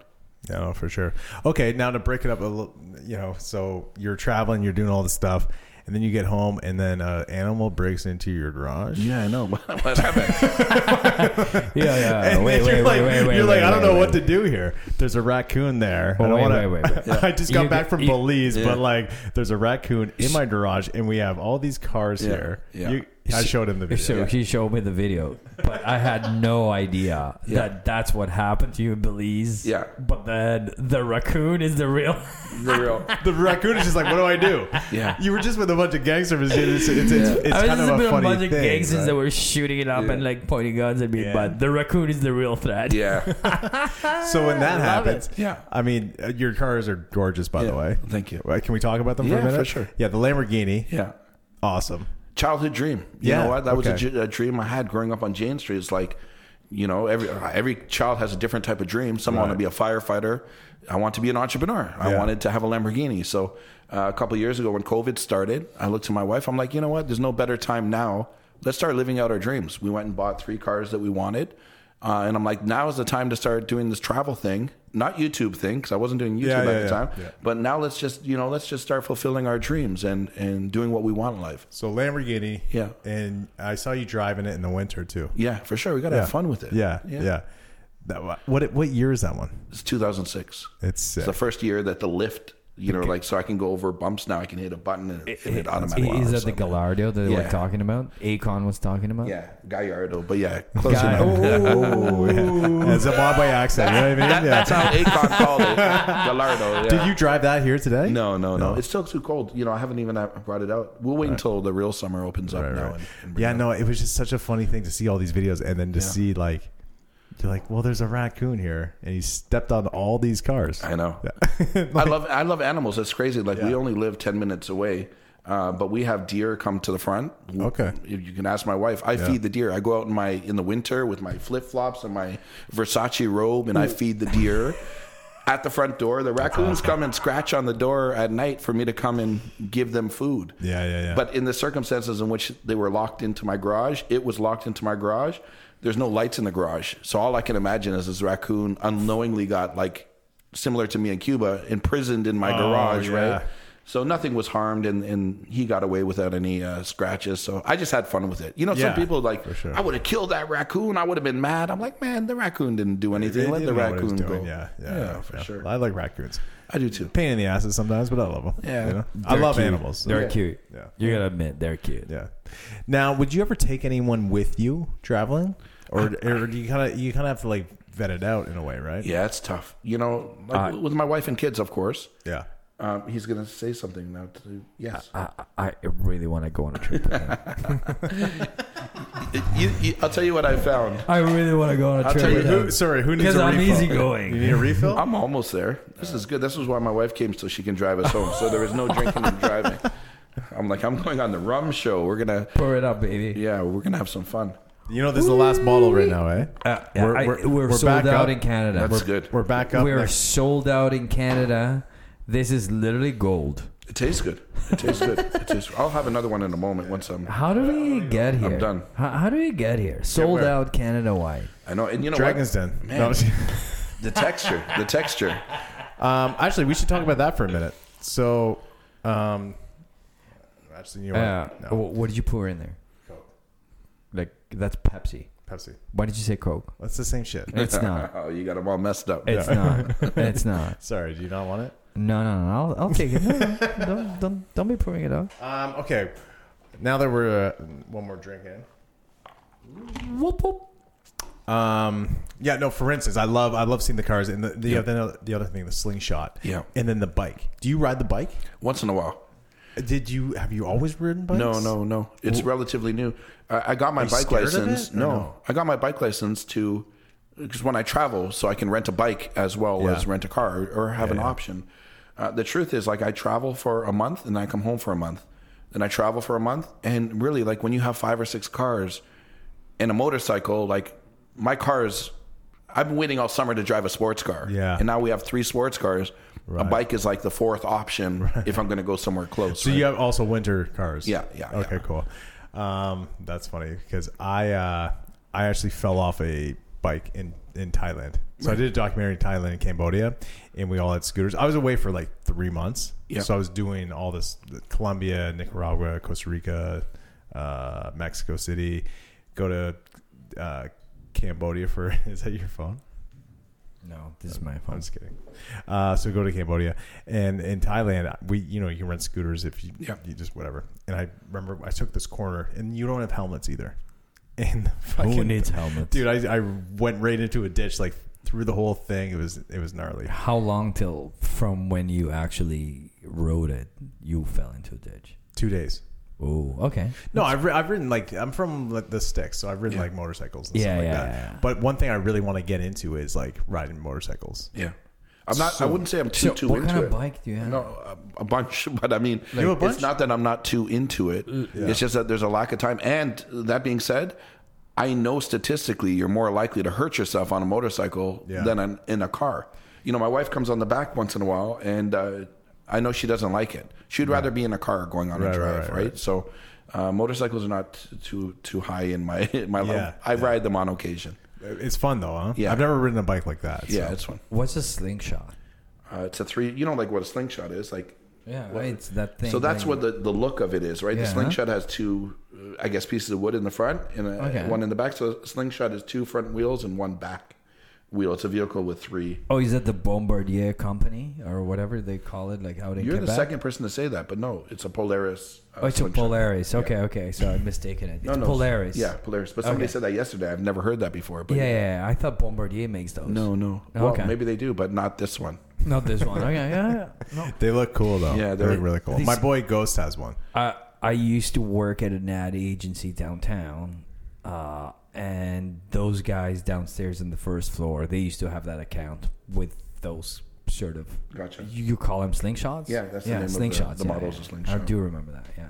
S1: Yeah, no, for sure. Okay, now to break it up a little, you know, so you're traveling, you're doing all this stuff, and then you get home, and then uh, animal breaks into your garage.
S3: Yeah, I (laughs) know. what happened?
S2: Yeah, yeah.
S1: (laughs) And
S2: Oh, wait,
S1: then you're
S2: wait,
S1: like,
S2: wait, wait, wait.
S1: you're like, I don't
S2: wait,
S1: know
S2: wait,
S1: what
S2: wait.
S1: to do here. There's a raccoon there.
S2: Oh,
S1: I don't
S2: wait,
S1: wanna-
S2: wait, wait,
S1: (laughs)
S2: wait.
S1: I just got
S2: You
S1: back
S2: get-
S1: from
S2: you-
S1: Belize, but like, there's a raccoon in my garage, and we have all these cars here.
S3: yeah.
S1: You, I showed him the video.
S2: So he showed me the video, but I had no idea that that's what happened to you in Belize.
S3: Yeah.
S2: But then the raccoon is the real. (laughs)
S3: The real.
S1: The raccoon is just like, what do I do?
S3: Yeah.
S1: You were just with a bunch of gangsters. It's, it's, it's, it's, it's
S2: I was
S1: kind
S2: just
S1: of a
S2: with
S1: funny
S2: bunch of
S1: thing,
S2: gangsters
S1: right?
S2: that were shooting it up
S3: Yeah.
S2: and like pointing guns at me,
S1: Yeah.
S2: but the raccoon is the real threat.
S3: Yeah.
S1: So when that
S2: Love
S1: happens,
S3: it. Yeah.
S1: I mean, uh, your cars are gorgeous, by the
S3: Yeah.
S1: way.
S3: Thank you.
S1: Right, Can we talk about them for a
S3: Yeah,
S1: minute?
S3: for sure.
S1: Yeah, the Lamborghini,
S3: Yeah.
S1: awesome.
S3: childhood dream. You
S1: Yeah,
S3: know what? That
S1: okay.
S3: was a j- a, dream I had growing up on Jane Street. It's like, you know, every every child has a different type of dream. Some want to
S1: Right.
S3: be a firefighter. I want to be an entrepreneur. I
S1: Yeah.
S3: wanted to have a Lamborghini. So uh, a couple of years ago, when COVID started, I looked to my wife. I'm like, you know what? There's no better time now. Let's start living out our dreams. We went and bought three cars that we wanted. Uh, and I'm like, now is the time to start doing this travel thing, not YouTube thing, because I wasn't doing YouTube
S1: Yeah,
S3: at
S1: yeah,
S3: the
S1: yeah,
S3: time.
S1: yeah.
S3: But now let's just, you know, let's just start fulfilling our dreams and and doing what we want in life.
S1: So Lamborghini,
S3: Yeah.
S1: and I saw you driving it in the winter too.
S3: Yeah, for sure. We got to
S1: Yeah.
S3: have fun with it.
S1: Yeah, yeah. That wa- what what year is that one?
S3: It's 2006.
S1: It's sick.
S3: It's the first year that the lift, you know, like, so I can go over bumps now. I can hit a button and it, and it automatically.
S2: Is that
S3: lifts
S2: the
S3: up.
S2: Gallardo that we're
S3: Yeah.
S2: talking about? Akon was talking about?
S3: Yeah, Gallardo. But yeah, close
S2: Guy-
S3: enough.
S1: Oh, (laughs) yeah. It's a Zimbabwe accent. You know what I mean?
S3: That,
S1: Yeah.
S3: (laughs) That's how Akon
S1: (laughs)
S3: called it. Gallardo. Yeah.
S1: Did you drive that here today?
S3: No, no, no,
S1: No.
S3: It's still too cold. You know, I haven't even uh, brought it out. We'll wait until the real summer opens up
S1: Right,
S3: now.
S1: right.
S3: And, and bring
S1: yeah,
S3: it
S1: no, it was just such a funny thing to see all these videos and then to see like you're like, well, there's a raccoon here, and he stepped on all these cars.
S3: up. I know.
S1: Yeah. (laughs)
S3: I love I love animals. It's crazy. Like we
S1: Yeah.
S3: only live ten minutes away, uh, but we have deer come to the front.
S1: Okay.
S3: If you can ask my wife, I feed the deer. I go out in my in the winter with my flip flops and my Versace robe, and I feed the deer. At the front door, the
S1: (laughs)
S3: raccoons come and scratch on the door at night for me to come and give them food.
S1: Yeah, yeah, yeah.
S3: But in the circumstances in which they were locked into my garage, it was locked into my garage. There's no lights in the garage. So all I can imagine is this raccoon unknowingly got like similar to me in Cuba, imprisoned in my garage,
S1: Oh, yeah.
S3: right? So nothing was harmed and, and he got away without any uh, scratches. So I just had fun with it. You know,
S1: Yeah,
S3: some people like,
S1: for sure.
S3: I would have killed that raccoon. I would have been mad. I'm like, man, the raccoon didn't do anything.
S1: They
S3: Let the
S1: didn't know what it was
S3: raccoon
S1: doing.
S3: go.
S1: Yeah, yeah,
S3: Yeah, for sure.
S1: I like raccoons.
S3: I do too.
S1: Pain in the asses sometimes, but I love them.
S3: Yeah.
S1: you know? I
S2: They're
S1: love
S2: cute.
S1: animals. so-
S2: They're
S1: yeah.
S2: cute.
S1: Yeah.
S2: You're going to admit they're cute.
S1: Yeah. Now, would you ever take anyone with you traveling, or or do you kind of you kind of have to like vet it out in a way, right?
S3: Yeah, it's tough. You know, like, with my wife and kids, of course.
S1: Yeah.
S3: Um, he's going to say something now. To, yes.
S2: I, I really want to go on a trip. with him.
S3: You- you- I'll tell you what I found.
S2: (laughs) I really want to go on a
S3: I'll
S2: trip.
S3: tell you
S2: with
S3: who-
S2: him.
S1: sorry, who
S2: Because I'm
S1: You
S2: easygoing.
S1: need a refill?
S3: I'm almost there. This is good. This is why my wife came so she can drive us home. So there was (laughs) no drinking and driving. I'm like, I'm going on the rum show. We're gonna,
S2: Pour it up, baby.
S3: yeah, we're gonna have some fun.
S1: You know, this is the last bottle right now, eh?
S2: Uh, yeah, I- we're, sold
S1: back
S2: out
S1: up.
S2: in Canada.
S3: That's
S2: we're,
S3: good.
S1: We're back up.
S2: we're
S1: next-
S2: sold out in Canada. This is literally gold.
S3: It tastes good. It tastes good. It tastes, I'll have another one in a moment once I'm.
S2: How do we get here?
S3: done.
S2: How, how do we get here? Sold
S3: where?
S2: out Canada wide.
S3: I know, and you know
S1: Dragon's
S3: what?
S1: Den.
S3: Man.
S1: No, I'm just-
S3: The texture. The texture.
S1: um, actually, we should talk about that for a minute. So, um, actually, you know what?
S2: Uh, wh- What did you pour in there?
S1: Coke.
S2: Like that's Pepsi.
S1: Pepsi.
S2: Why did you say (laughs) Coke?
S1: That's the same shit.
S2: It's not.
S3: (laughs) Oh, you got them all messed up.
S2: It's not. It's not.
S1: Sorry, do you not want it?
S2: No, no, no. I'll, I'll take it. No, no, don't, don't, don't be pouring it out.
S1: Um, okay. Now that we're uh, one more drink in.
S2: Whoop, whoop.
S1: Um, yeah, no. For instance, I love I love seeing the cars and the the, other, the other thing, the slingshot.
S3: Yeah.
S1: and then the bike. Do you ride the bike?
S3: Once in a while.
S1: Did you have you always ridden bikes?
S3: No, no, no. It's relatively new. I, I got my
S1: you
S3: bike
S1: scared of
S3: license.
S1: it, or
S3: no.
S1: no?
S3: I got my bike license to because when I travel, so I can rent a bike as well
S1: Yeah.
S3: as rent a car or, have an option. Uh, the truth is, like, I travel for a month and I come home for a month. Then I travel for a month, and really, like, when you have five or six cars and a motorcycle, like, my cars. I've been waiting all summer to drive a sports car.
S1: Yeah.
S3: And now we have three sports cars. A bike is like the
S1: (laughs)
S3: fourth option if I'm going to go somewhere close.
S1: So
S3: right?
S1: you have also winter cars.
S3: Yeah, yeah,
S1: Okay, cool. Um, that's funny because I uh, I actually fell off a bike in in Thailand. So I did a documentary in Thailand and Cambodia, and we all had scooters. I was away for like three months,
S3: Yeah.
S1: so I was doing all this Colombia, Nicaragua, Costa Rica, uh, Mexico City, go to uh, Cambodia for. (laughs) Is that your phone?
S2: No, this is my
S1: I'm
S2: phone.
S1: just kidding. Uh, so go to Cambodia and in Thailand, we you know you can rent scooters if you,
S3: Yeah.
S1: you just whatever. And I remember I took this corner, and you don't have helmets either. (laughs) And the fucking
S2: Who needs helmets?
S1: dude, I, I went right into a ditch, like through the whole thing. It was it was gnarly.
S2: How long till from when you actually rode it, you fell into a ditch?
S1: Two days.
S2: Oh, okay.
S1: No, I've ri- I've ridden like I'm from like, the sticks, so I've ridden like motorcycles. And
S2: Yeah,
S1: stuff like
S2: yeah,
S1: that.
S2: yeah, yeah.
S1: But one thing I really want to get into is like riding motorcycles.
S3: Yeah. I'm not. I wouldn't say I'm too
S2: So
S3: too
S2: what
S3: into
S2: kind
S3: it.
S2: of bike do you have?
S3: No, a, a bunch. (laughs) But I mean,
S1: have a bunch?
S3: it's not that I'm not too into it. It's just that there's a lack of time. And that being said, I know statistically you're more likely to hurt yourself on a motorcycle
S1: Yeah.
S3: than in, in a car. You know, my wife comes on the back once in a while, and uh, I know she doesn't like it. She'd rather be in a car going on
S1: Right,
S3: a
S1: right,
S3: drive,
S1: right,
S3: right?
S1: right.
S3: So. Uh, motorcycles are not t- too too high in my (laughs) in my
S1: Yeah,
S3: life. I ride them on occasion.
S1: It's fun though, huh?
S3: Yeah.
S1: I've never ridden a bike like that.
S3: Yeah,
S1: so.
S3: it's fun.
S2: What's a slingshot?
S3: Uh, it's a three. You know, like what a slingshot is. Like
S2: Yeah, it's that thing.
S3: So that's
S2: thing.
S3: what the, the look of it is, right? The
S2: Yeah.
S3: slingshot has two, uh, I guess, pieces of wood in the front and a,
S2: Okay.
S3: one in the back. So slingshot is two front wheels and one back wheel. It's a vehicle with three.
S2: Oh, is that the Bombardier company or whatever they call it? Like out in
S3: You're
S2: Quebec.
S3: the second person to say that, but no, it's a Polaris. uh,
S2: Oh, it's a
S3: slingshot.
S2: Polaris. Okay, okay. So I'm mistaken. It. It's Polaris.
S3: Yeah, Polaris. But somebody
S2: Okay.
S3: said that yesterday. I've never heard that before. But
S2: Yeah, yeah, yeah. I thought Bombardier makes those.
S3: No, no.
S2: Oh,
S3: well,
S2: okay.
S3: maybe they do, but not this one.
S2: not this
S3: (laughs)
S2: one. Okay, yeah, yeah. No.
S1: They look cool though. they
S3: Yeah, they're-
S1: look really cool.
S2: these-
S1: My boy Ghost has one.
S2: I I used to work at an ad agency downtown, uh, and those guys downstairs in the first floor, they used to have that account with those sort of.
S3: Gotcha.
S2: You, you call them slingshots?
S3: Yeah, that's the name of the-
S2: slingshots.
S3: the
S2: yeah,
S3: models
S2: yeah.
S3: of slingshot.
S2: I do remember that. Yeah.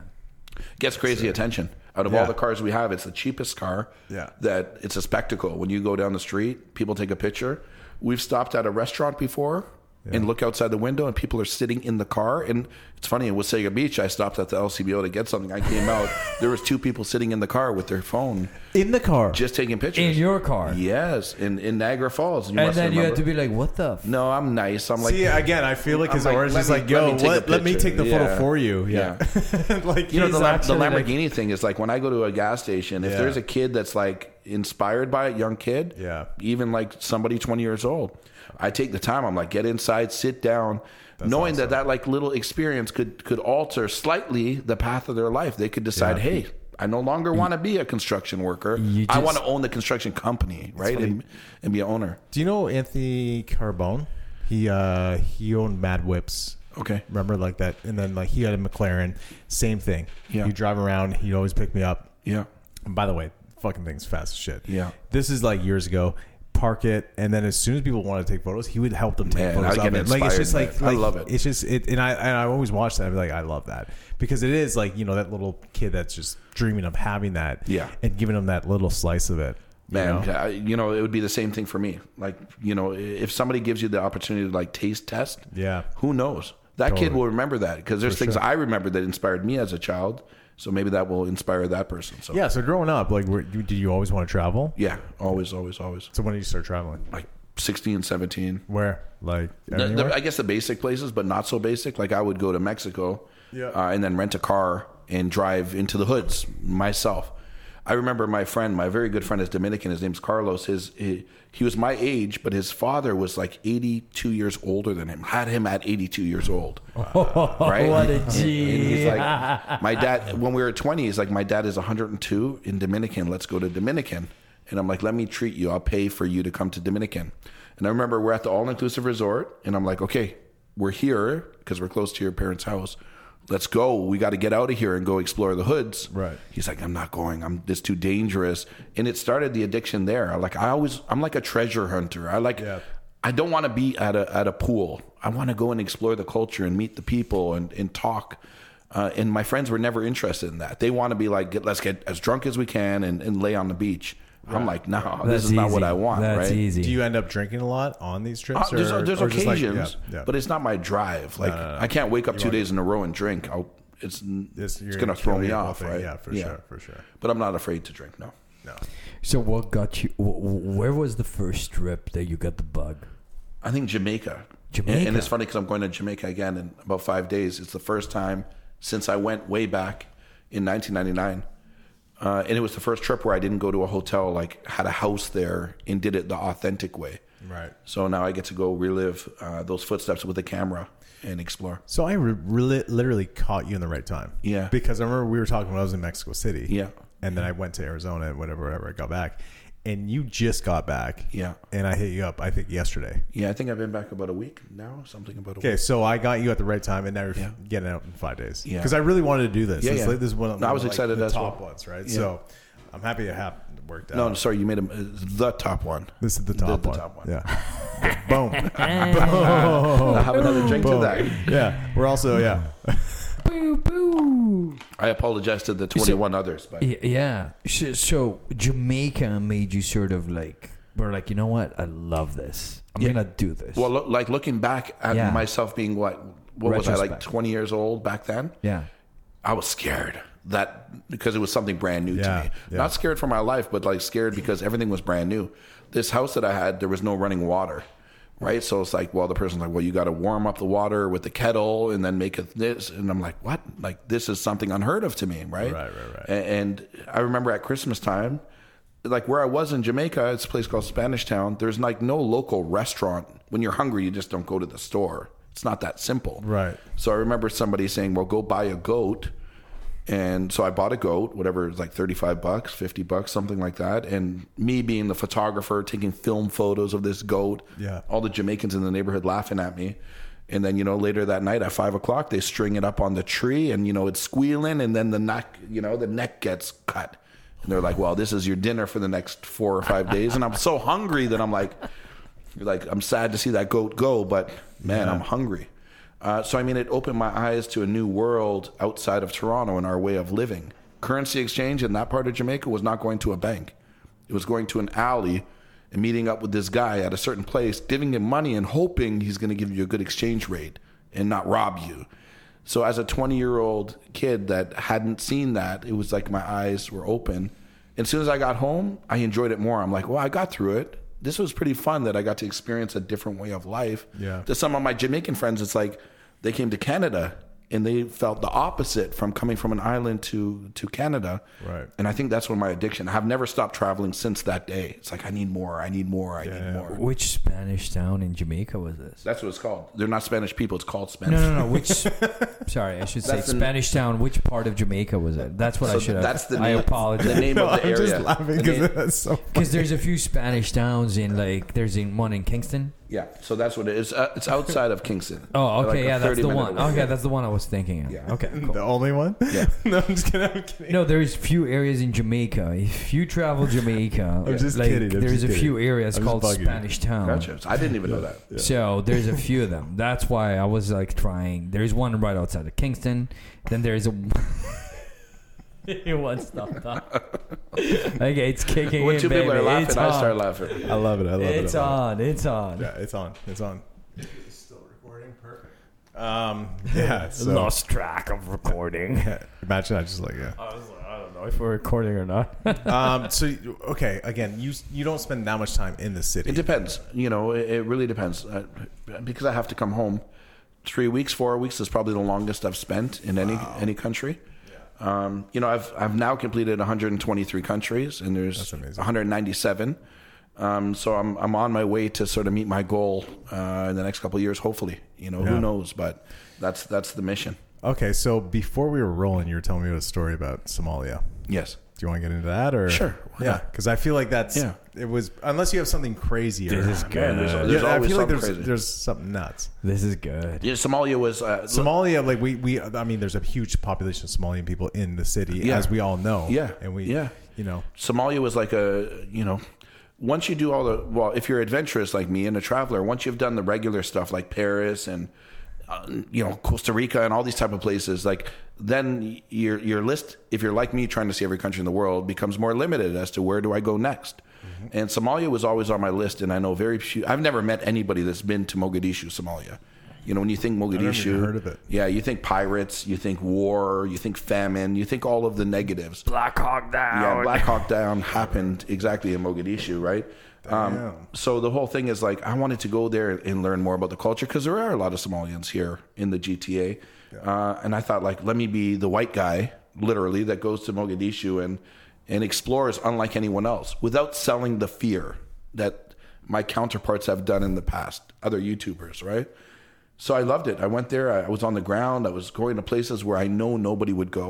S3: gets crazy
S2: uh,
S3: attention. Out of
S1: Yeah.
S3: all the cars we have, it's the cheapest car.
S1: Yeah.
S3: That it's a spectacle. When you go down the street, people take a picture. We've stopped at a restaurant before and look outside the window and people are sitting in the car. And it's funny, in Wasaga Beach, I stopped at the LCBO to get something. I came
S2: (laughs)
S3: out, there was two people sitting in the car with their phone
S1: In the car.
S3: just taking pictures.
S2: In your car.
S3: yes, in, in Niagara Falls. You
S2: And
S3: must
S2: then you had
S3: remember.
S2: to be like, "What the? F-?
S3: No, I'm nice. I'm like
S1: See again, I feel like his
S3: I'm like,
S1: orange
S3: let
S1: is
S3: me-
S1: like,
S3: let
S1: yo,
S3: me take
S1: let,
S3: a
S1: let me
S3: picture.
S1: take the photo
S3: Yeah.
S1: for you. Yeah, (laughs) like
S3: you know
S1: he's
S3: the, Lam- the
S1: actually, like-
S3: Lamborghini thing is like when I go to a gas station, if
S1: Yeah.
S3: there's a kid that's like inspired by it, young kid,
S1: Yeah.
S3: even like somebody 20 years old, I take the time. I'm like, get inside, sit down, knowing that that like little experience could could alter slightly the path of their life. They could decide, hey. I no longer want to be a construction worker.
S2: You
S3: I
S2: just-
S3: want to own the construction company, right? And, and be an owner.
S1: Do you know Anthony Carbone? He uh he owned Mad Whips.
S3: Okay.
S1: remember like that, and then like he had a McLaren. Same thing.
S3: Yeah.
S1: you drive around. He'd always pick me up.
S3: Yeah.
S1: And by the way, fucking thing's fast as shit.
S3: Yeah.
S1: This is like years ago. park it, and then as soon as people wanted to take photos, he would help them take
S3: Man,
S1: photos.
S3: I
S1: of
S3: get
S1: it. Like it's just
S3: inspired,
S1: like,
S3: man. I
S1: like,
S3: love it.
S1: It's just it, and I and I always watch that. I'm like, I love that because it is like you know that little kid that's just dreaming of having that,
S3: Yeah.
S1: and giving them that little slice of it, you
S3: man
S1: know?
S3: I, uh, you know it would be the same thing for me like you know i- if somebody gives you the opportunity to like taste test
S1: Yeah.
S3: who knows that kid
S1: Totally.
S3: will remember that because there's things i remember that inspired me as a child so maybe that will inspire that person so
S1: Yeah. So growing up, like, were, you- did you always want to travel?
S3: yeah always always always
S1: So when did you start traveling?
S3: like 16 17
S1: Where? Like
S3: The- the-
S1: everywhere?
S3: I guess the basic places, but not so basic. Like I would go to Mexico,
S1: Yeah.
S3: uh, and then rent a car and drive into the hoods myself. I remember my friend, my very good friend is Dominican. His name's Carlos. His he, he was my age, but his father was like eighty two years older than him. Had him at eighty two years old.
S2: (laughs)
S3: right?
S2: what a
S3: And- and he's like, my dad. When we were twenty, he's like, my dad is one hundred and two in Dominican. Let's go to Dominican. And I'm like, let me treat you. I'll pay for you to come to Dominican. And I remember we're at the all inclusive resort, and I'm like, okay, we're here because we're close to your parents' house. Let's go. We got to get out of here and go explore the hoods.
S1: Right.
S3: He's like, I'm not going. I'm this too dangerous. And it started the addiction there. Like I always, I'm like a treasure hunter. I like,
S1: Yeah.
S3: I don't want to be at a at a pool. I want to go and explore the culture and meet the people and and talk. Uh, and my friends were never interested in that. They want to be like, get, let's get as drunk as we can and, and lay on the beach. I'm like, no, this
S2: That's
S3: is not what
S2: easy.
S3: I want.
S2: That's
S3: right?
S2: easy.
S1: Do you end up drinking a lot on these
S3: Uh,
S1: trips?
S3: there's
S1: or,
S3: there's
S1: or just like-
S3: occasions,
S1: yeah, yeah.
S3: but it's not my drive. Like I can't wake up two days in a row and drink. I'll, it's it's,
S1: you're
S3: gonna
S1: kill
S3: throw me
S1: your whole
S3: off,
S1: thing.
S3: right?
S1: Yeah, for sure, for sure.
S3: But I'm not afraid to drink. No.
S1: No,
S2: So what got you? wh- wh- Where was the first trip that you got the bug?
S3: I think Jamaica.
S2: Jamaica.
S3: And, and it's funny because I'm going to Jamaica again in about five days. It's the first time since I went way back in 1999. Uh, and it was the first trip where I didn't go to a hotel, like had a house there and did it the authentic way.
S1: right.
S3: So now I get to go relive uh, those footsteps with a camera and explore.
S1: So I re- really, literally caught you in the right time.
S3: Yeah.
S1: Because I remember we were talking when I was in Mexico City.
S3: Yeah.
S1: And then I went to Arizona and whatever, whatever. I got back, and you just got back.
S3: Yeah.
S1: And I hit you up. I think yesterday.
S3: Yeah, I think I've been back about a week now, something about a
S1: Okay,
S3: week.
S1: so I got you at the right time, and now you're
S3: Yeah.
S1: getting out in five days.
S3: Yeah.
S1: Because I really wanted to do this.
S3: Yeah,
S1: It's
S3: yeah.
S1: like- this is one of
S3: No, I was
S1: like,
S3: excited
S1: the
S3: as
S1: top
S3: well.
S1: ones, right?
S3: Yeah.
S1: So I'm happy it happened. It worked out.
S3: No, I'm sorry, you made him uh, the top one.
S1: this is the top
S3: the
S1: one.
S3: top one. (laughs)
S1: Yeah. Boom.
S3: I'll Oh, have another drink to
S1: Boom.
S3: that.
S1: (laughs) Yeah, we're also yeah.
S3: I apologize to the 21 others, but
S2: Y- Yeah. So, so Jamaica made you sort of like, we're like, you know what? I love this. I'm gonna do this.
S3: Well, lo- like looking back at
S2: Yeah.
S3: myself being what what was I like
S2: Retrospect.
S3: 20 years old back then?
S2: yeah.
S3: I was scared that because it was something brand new
S1: Yeah,
S3: to me.
S1: yeah.
S3: Not scared for my life, but like scared because everything was brand new. This house that I had, there was no running water. Right. So it's like, well, the person's like, well, you got to warm up the water with the kettle and then make it this. And I'm like, what? Like, this is something unheard of to me.
S1: Right,
S3: Right.
S1: right, right.
S3: A- And I remember at Christmas time, like where I was in Jamaica, it's a place called Spanish Town. There's like no local restaurant. When you're hungry, you just don't go to the store. It's not that simple.
S1: Right.
S3: So I remember somebody saying, "Well, go buy a goat." And so I bought a goat, whatever, it was like 35 bucks, 50 bucks, something like that. And me being the photographer, taking film photos of this goat,
S1: Yeah.
S3: all the Jamaicans in the neighborhood laughing at me. And then, you know, later that night at five o'clock, they string it up on the tree and, you know, it's squealing. And then the neck, you know, the neck gets cut. And they're like, well, this is your dinner for the next four or five days. And I'm so hungry that I'm like, you're like, I'm sad to see that goat go, but man, I'm hungry. Uh, so, I mean, it opened my eyes to a new world outside of Toronto and our way of living. Currency exchange in that part of Jamaica was not going to a bank, it was going to an alley and meeting up with this guy at a certain place, giving him money and hoping he's going to give you a good exchange rate and not rob you. So, as a 20 year old kid that hadn't seen that, it was like my eyes were open. And as soon as I got home, I enjoyed it more. I'm like, well, I got through it. This was pretty fun that I got to experience a different way of life.
S1: Yeah.
S3: To some of my Jamaican friends, it's like they came to Canada and they felt the opposite from coming from an island to to Canada.
S1: Right.
S3: And I think that's when my addiction. I've never stopped traveling since that day. It's like I need more. I need more. I need more.
S2: Which Spanish town in Jamaica was this?
S3: That's what it's called. They're not Spanish people. It's called Spanish.
S2: No, no, no. Which? (laughs) sorry, I should say
S3: That's the-
S2: Spanish town. Which part of Jamaica was it? That's what I
S3: So
S2: should. have.
S3: that's the
S2: I
S3: name-
S2: apologize.
S3: The
S1: (laughs)
S3: name
S1: No,
S3: of the
S1: I'm
S3: area.
S1: just laughing
S3: The
S1: because
S3: name-
S1: that's so.
S2: Because there's a few Spanish towns in like there's in one in Kingston.
S3: Yeah, so that's what it is. Uh, it's outside of Kingston.
S2: Oh, okay,
S3: Like a
S2: yeah, that's
S3: 30
S2: the
S3: minute
S2: one.
S3: away.
S2: Okay, that's the one I was thinking of.
S3: Yeah.
S2: Okay,
S1: (laughs)
S2: cool.
S1: The only one?
S3: Yeah.
S1: no, I'm just kidding. I'm kidding.
S2: No, there's few areas in Jamaica. If you
S3: (laughs)
S2: travel Jamaica,
S1: I'm just
S2: like,
S1: kidding, I'm
S2: there's
S1: just
S2: a few
S1: kidding.
S2: areas
S1: I'm just
S2: called
S1: bugging you.
S2: Spanish Town.
S3: Gotcha. I didn't even know that.
S2: So there's a few of them. That's why I was like trying. There's one right outside of Kingston. Then there's a (laughs)
S4: He wants stuff
S3: (laughs)
S4: done.
S2: okay. It's kicking
S3: When
S2: in,
S3: two
S2: baby.
S3: people are laughing,
S2: it's
S3: I
S2: on.
S3: start laughing.
S1: I love it. I love it.
S2: It's
S1: I love it.
S2: on. It's on.
S1: Yeah, it's on. It's on. It's still recording. Perfect. Um,
S3: (laughs)
S1: yeah. So
S4: Lost track of recording.
S2: (laughs)
S1: imagine I just like yeah.
S4: I was like, I don't know if we're recording or not.
S3: (laughs)
S1: Um, so you- okay, again, you you don't spend that much time in the
S3: It
S1: city.
S3: depends. You know, it, it really depends. Uh, because I have to come home, three weeks, four weeks is probably the longest I've spent in any any country. Um, you know, I've I've now completed 123 countries, and there's
S1: That's amazing.
S3: 197. Um, so I'm I'm on my way to sort of meet my goal uh, in the next couple of years, hopefully. You know,
S1: Yeah.
S3: who knows? But that's that's the mission.
S1: Okay, so before we were rolling, you were telling me a story about Somalia.
S3: Yes.
S1: Do you want to get into that or
S3: Sure, why
S1: Yeah,
S3: not?
S1: because I feel like that's
S3: Yeah.
S1: it was unless you have something crazier.
S2: This is
S3: Man, there's,
S2: good.
S3: there's
S1: yeah, I
S3: always
S1: feel like
S3: something
S1: there's
S3: crazy.
S1: there's something nuts.
S2: (laughs) This is good.
S3: yeah, Somalia was uh,
S1: Somalia, like we we I mean, there's a huge population of Somalian people in the city,
S3: Yeah.
S1: as we all know.
S3: Yeah.
S1: and we
S3: Yeah.
S1: you know
S3: Somalia was like a you know once you do all the well if you're adventurous like me and a traveler once you've done the regular stuff like Paris and uh, you know Costa Rica and all these type of places like then your your list if you're like me trying to see every country in the world becomes more limited as to where do I go next
S1: Mm-hmm.
S3: and Somalia was always on my list and I know very few I've never met anybody that's been to Mogadishu Somalia you know when you think Mogadishu
S1: heard of it.
S3: yeah you think pirates you think war you think famine you think all of the negatives
S4: Black Hawk down.
S3: yeah, Black Hawk Down happened exactly in Mogadishu, right?
S1: Damn.
S3: Um, so the whole thing is like I wanted to go there and learn more about the culture because there are a lot of Somalians here in the GTA, uh, and I thought like let me be the white guy literally that goes to Mogadishu and and explores unlike anyone else without selling the fear that my counterparts have done in the past, other YouTubers, right? So I loved it. I went there. I I was on the ground. I was going to places where I know nobody would go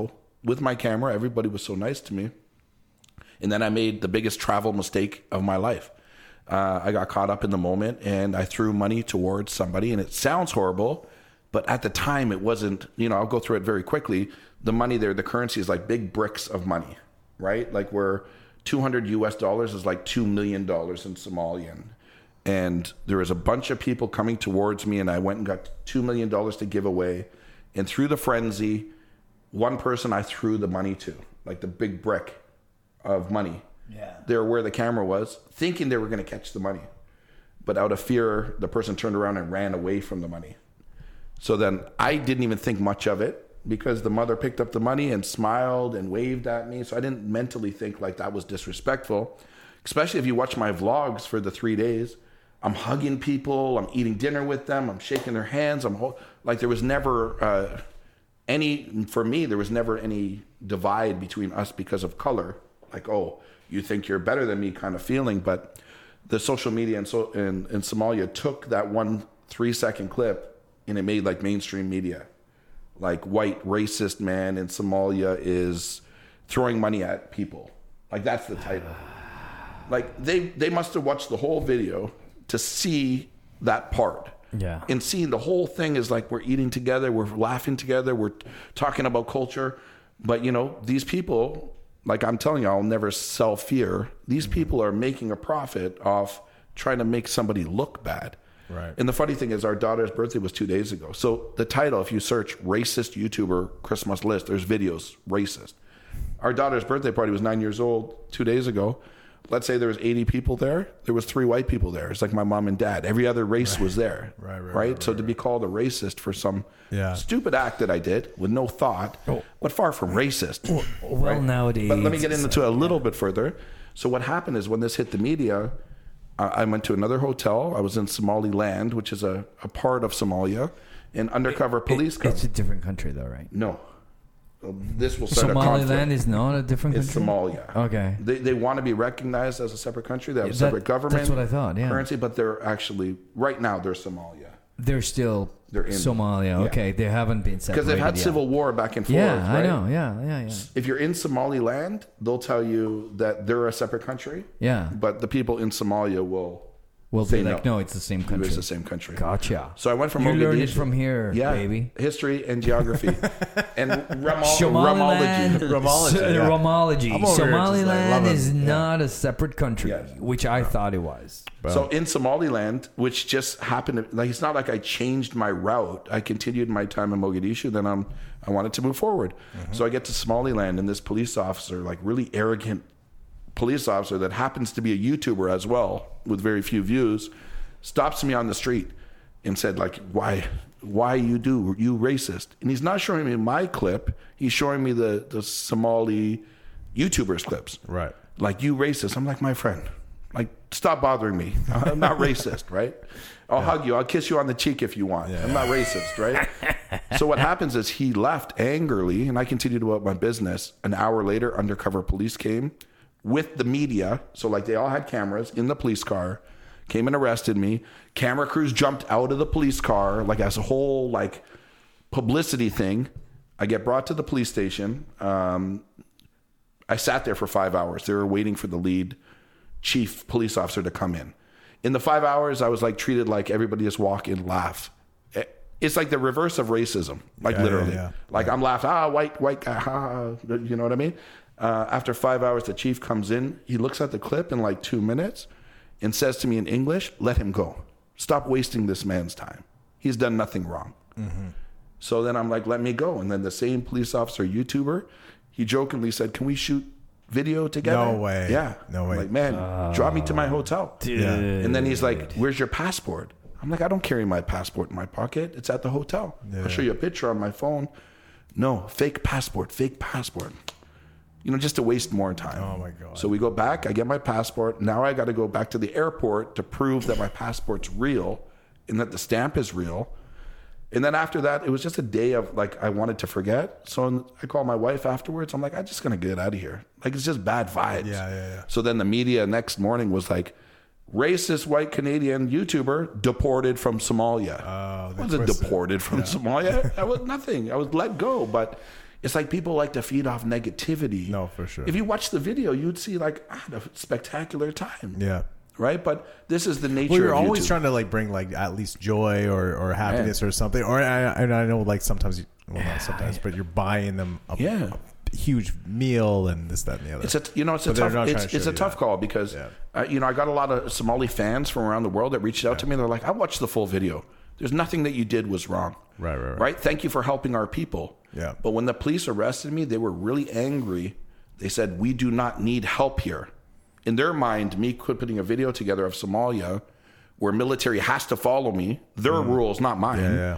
S3: with my camera. Everybody was so nice to me. And then I made the biggest travel mistake of my life. Uh, I got caught up in the moment and I threw money towards somebody. And it sounds horrible, but at the time it wasn't, you know, I'll go through it very quickly. The money there, the currency is like big bricks of money, right? Like where 200 US dollars is like $2 million in Somalian. And there was a bunch of people coming towards me, and I went and got $2 million to give away. And through the frenzy, one person I threw the money to, like the big brick of money. Yeah. They're where the camera was, thinking they were going to catch the money. But out of fear, the person turned around and ran away from the money. So then I didn't even think much of it because the mother picked up the money and smiled and waved at me. So I didn't mentally think like that was disrespectful. Especially if you watch my vlogs for the three days, I'm hugging people, I'm eating dinner with them, I'm shaking their hands, I'm hol- like there was never uh, any for me there was never any divide between us because of color. Like oh, you think you're better than me kind of feeling, but the social media and so in, in Somalia took that one three second clip and it made like mainstream media. Like white racist man in Somalia is throwing money at people. Like that's the title. Like they they must have watched the whole video to see that part.
S2: Yeah.
S3: And seeing the whole thing is like we're eating together, we're laughing together, we're talking about culture. But you know, these people, like I'm telling you, I'll never sell fear. These
S1: Mm-hmm.
S3: people are making a profit off trying to make somebody look bad.
S1: Right.
S3: And the funny thing is, our daughter's birthday was two days ago. So the title, if you search "racist YouTuber Christmas list," there's videos racist. Our daughter's birthday party was nine years old two days ago. Let's say there was 80 people there. There was three white people there. It's like my mom and dad. Every other race was there.
S1: Right, right, right,
S3: so to be called a racist for some
S1: Yeah.
S3: stupid act that I did with no thought, but far from racist.
S2: Oh. Well, nowadays.
S3: But let me get into it a little bit further. So what happened is when this hit the media, I I went to another hotel. I was in Somaliland, which is a, a part of Somalia, and undercover police
S2: It,
S3: come.
S2: it's a different country, though, right?
S3: no, Uh, this will start a
S2: Somaliland
S3: conflict.
S2: is not a different
S3: It's
S2: country.
S3: Somalia.
S2: Okay.
S3: They, they want to be recognized as a separate country. They have
S2: Yeah,
S3: a
S2: that-
S3: separate government.
S2: that's what I thought, yeah.
S3: Currency, but they're actually right now they're Somalia
S2: They're still
S3: They're in-
S2: Somalia.
S3: yeah.
S2: Okay, they haven't been separated
S3: because they've had
S2: yet.
S3: civil war back and forth.
S2: Yeah, I
S3: right?
S2: know. Yeah, yeah, yeah.
S3: If you're in Somaliland, they'll tell you that they're a separate country.
S2: Yeah.
S3: but the people in Somalia will
S2: Well, they're
S3: Say
S2: like, no. it's the same
S3: It was
S2: country.
S3: the same country.
S2: Gotcha.
S3: So I went from
S2: you
S3: Mogadishu-
S2: learned it from here,
S3: yeah,
S2: baby.
S3: history
S2: (laughs)
S3: and geography and Ramal-
S2: Somaliland,
S3: Ramology.
S1: Romology,
S2: so-
S1: yeah.
S2: Romology.
S1: I'm over here just like
S2: Somaliland
S1: loving-
S2: is
S1: yeah.
S2: not a separate country,
S3: Yes.
S2: which I thought it was.
S3: So in Somaliland, which just happened, to, like it's not like I changed my route. I continued my time in Mogadishu. Then I'm I wanted to move forward. So I get to Somaliland, and this police officer, like really arrogant police officer that happens to be a YouTuber as well with very few views, stops me on the street and said like, "Why, why you do you racist?" And he's not showing me my clip. He's showing me the the Somali YouTubers clips
S1: Right.
S3: like you racist. I'm like my friend. Like stop bothering me. (laughs) I'm not racist, right? I'll hug you. I'll kiss you on the cheek if you want. I'm not racist, right? so what happens is he left angrily, and I continued about my business. An hour later, undercover police came with the media. So like they all had cameras in the police car. Came and arrested me. Camera crews jumped out of the police car like as a whole like publicity thing. I get brought to the police station. Um, I sat there for five hours. They were waiting for the lead chief police officer to come in. In the five hours, I was like treated like everybody just walk and laugh. Eh, It's like the reverse of racism, like
S1: Yeah,
S3: literally.
S1: yeah, yeah.
S3: Like I'm laughed, ah, white, white guy, ha, ha. You know what I mean? Uh, after five hours, the chief comes in. He looks at the clip in like two minutes and says to me in English, let him go. Stop wasting this man's time. He's done nothing wrong. So then I'm like, let me go. And then the same police officer, YouTuber, he jokingly said, can we shoot video together?
S1: No way.
S3: Yeah.
S1: No
S3: I'm
S1: way.
S3: like, man, drop me to my hotel.
S1: Yeah.
S3: And then he's like, where's your passport? I'm like, I don't carry my passport in my pocket. It's at the hotel. I'll show you a picture on my phone. No, fake passport, fake passport. You know, just to waste more time.
S1: Oh my God.
S3: So we go back, I get my passport. Now I got to go back to the airport to prove that my passport's real and that the stamp is real. And then after that, it was just a day of like I wanted to forget. So I call my wife afterwards. I'm like, I'm just gonna get out of here. Like it's just bad vibes.
S1: Yeah, yeah, yeah.
S3: So then the media next morning was like, racist white Canadian YouTuber deported from Somalia.
S1: Oh, they
S3: I wasn't
S1: twisted it.
S3: deported
S1: (laughs)
S3: from Somalia. I was nothing. I was let go. But it's like people like to feed off negativity.
S1: No, for sure.
S3: If you watch the video, you'd see like I had a spectacular time.
S1: Yeah.
S3: Right. But this is the nature.
S1: Well, you're
S3: of
S1: always
S3: YouTube.
S1: trying to like bring like at least joy or, or happiness or something. Or I, and I know like sometimes, you, well, not sometimes, but you're buying them a,
S3: Yeah.
S1: a huge meal and this, that, and the other.
S3: It's a you know it's a
S1: But they're not
S3: tough
S1: trying
S3: it's,
S1: to
S3: it's
S1: show
S3: a
S1: you
S3: tough
S1: that.
S3: call because
S1: Yeah.
S3: uh, you know I got a lot of Somali fans from around the world that reached out to me. They're like, I watched the full video. There's nothing that you did was wrong.
S1: Right, right, right.
S3: Thank you for helping our people.
S1: Yeah.
S3: But when the police arrested me, they were really angry. They said we do not need help here. In their mind, me quit putting a video together of Somalia, where military has to follow me, their rules, not mine
S1: Mm-hmm. yeah, yeah.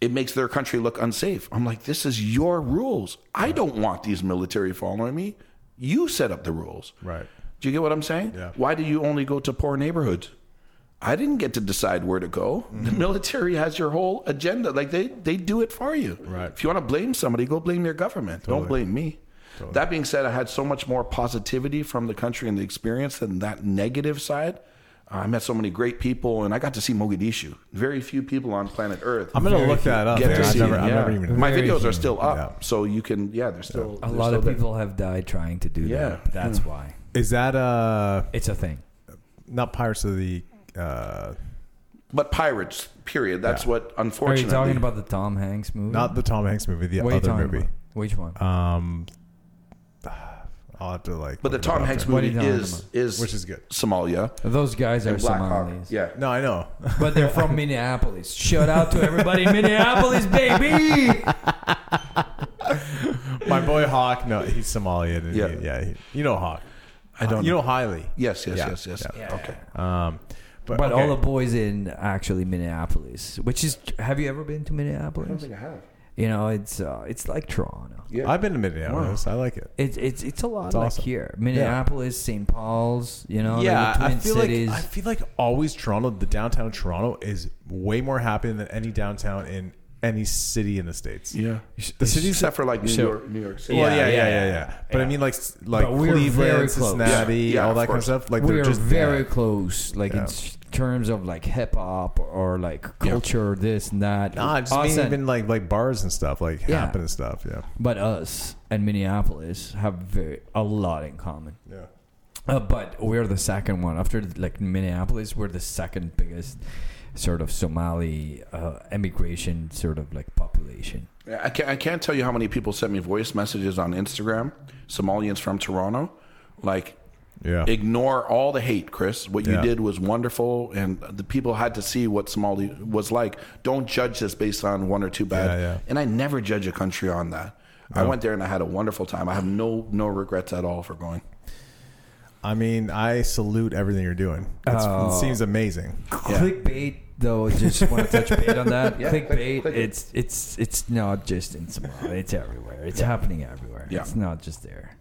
S3: it makes their country look unsafe. I'm like, this is your rules. I don't want these military following me. You set up the rules.
S1: Right.
S3: Do you get what I'm saying?
S1: Yeah.
S3: Why do you only go to poor neighborhoods? I didn't get to decide where to go.
S1: Mm-hmm.
S3: The military has your whole agenda. Like they they do it for you.
S1: Right.
S3: If you want to blame somebody, go blame your government. Don't blame me. That being said, I had so much more positivity from the country and the experience than that negative side. I met so many great people, and I got to see Mogadishu. Very few people on planet Earth.
S1: I'm going to look that up.
S3: Get
S1: man.
S3: to
S1: I've
S3: see
S1: never,
S3: it,
S1: I've
S3: yeah.
S1: never even.
S3: My
S2: Very
S3: videos
S2: few.
S3: are still up,
S1: Yeah.
S3: so you can. Yeah, they're still
S2: A
S3: they're
S2: lot
S3: still
S2: of
S3: there.
S2: people have died trying to do
S3: Yeah. Hmm.
S2: that. That's why.
S1: Is that uh
S2: It's a thing.
S1: not Pirates of the uh
S3: but pirates. Period. That's
S1: Yeah.
S3: what.
S2: Are
S3: Unfortunately,
S2: you talking about the Tom Hanks movie?
S1: not the Tom Hanks movie, the
S2: what are you
S1: other
S2: talking
S1: movie.
S2: about? Which one?
S1: Um I'll have to like
S3: But the
S1: look it up
S3: Tom Hanks
S1: after.
S2: What are
S3: movie
S2: you talking
S3: is is
S1: Which is good.
S3: Somalia
S2: Those guys are
S3: and Black Hawk.
S2: Somalis.
S3: Yeah,
S1: No, I know. (laughs)
S2: (laughs) But they're from Minneapolis. Shout out to everybody in
S1: (laughs)
S2: Minneapolis, baby!
S1: My boy Hawk, no, he's Somalian. and
S3: Yeah.
S1: he- yeah, he- you know Hawk.
S3: I don't
S1: You know Hiley.
S3: Yes, yes,
S1: Yeah,
S3: yes, yes.
S2: yeah.
S3: Okay.
S1: Um but,
S2: But
S1: okay.
S2: all the boys in actually Minneapolis, which is have you ever been to Minneapolis?
S3: I have.
S2: You know, it's uh, it's like Toronto.
S3: Yeah.
S1: I've been to Minneapolis. I like it.
S2: It's it's it's a lot
S1: It's
S2: like
S1: awesome.
S2: here. Minneapolis, St. Paul's, you know,
S1: Yeah,
S2: they're the
S1: I
S2: twin
S1: feel
S2: cities.
S1: like I feel like always Toronto, the downtown Toronto is way more happening than any downtown in any city in the states.
S3: yeah.
S1: The cities
S3: Except for like New
S1: So-
S3: York, New York City.
S1: Well, yeah,
S2: Yeah,
S1: yeah, yeah,
S2: yeah,
S1: yeah.
S2: yeah.
S1: But I mean, like, s- like
S2: But we're very
S1: Cleveland,
S2: close.
S1: Cincinnati,
S3: Yeah, yeah,
S1: all
S3: of
S1: that kind of
S3: course.
S1: stuff. Like,
S2: we
S1: they're
S2: are
S1: just
S2: very
S1: yeah.
S2: close, like
S1: Yeah.
S2: in s- terms of like hip hop or like culture, this and that.
S1: Nah, I just
S2: Us
S1: mean
S2: and-
S1: even like like bars and stuff, like
S2: Yeah.
S1: happen and stuff. Yeah,
S2: but us and Minneapolis have very, a lot in common.
S1: yeah.
S2: Uh, but we're the second one after like Minneapolis. We're the second biggest sort of Somali uh, emigration sort of like population.
S3: I can't, I can't tell you how many people sent me voice messages on Instagram, Somalians from Toronto. Like,
S1: Yeah.
S3: ignore all the hate, Chris. What you
S1: Yeah.
S3: did was wonderful, and the people had to see what Somali was like. Don't judge this based on one or two bad.
S1: Yeah, yeah.
S3: And I never judge a country on that. I went there and I had a wonderful time. I have no no regrets at all for going.
S1: I mean, I salute everything you're doing. It's, It seems amazing.
S3: Yeah.
S2: Clickbait though, just
S3: (laughs)
S2: want to touch bait on that.
S3: Yeah, click-
S2: Clickbait.
S3: click it.
S2: it's it's it's not just in Somalia. It's everywhere. It's happening everywhere.
S3: Yeah.
S2: It's not just there.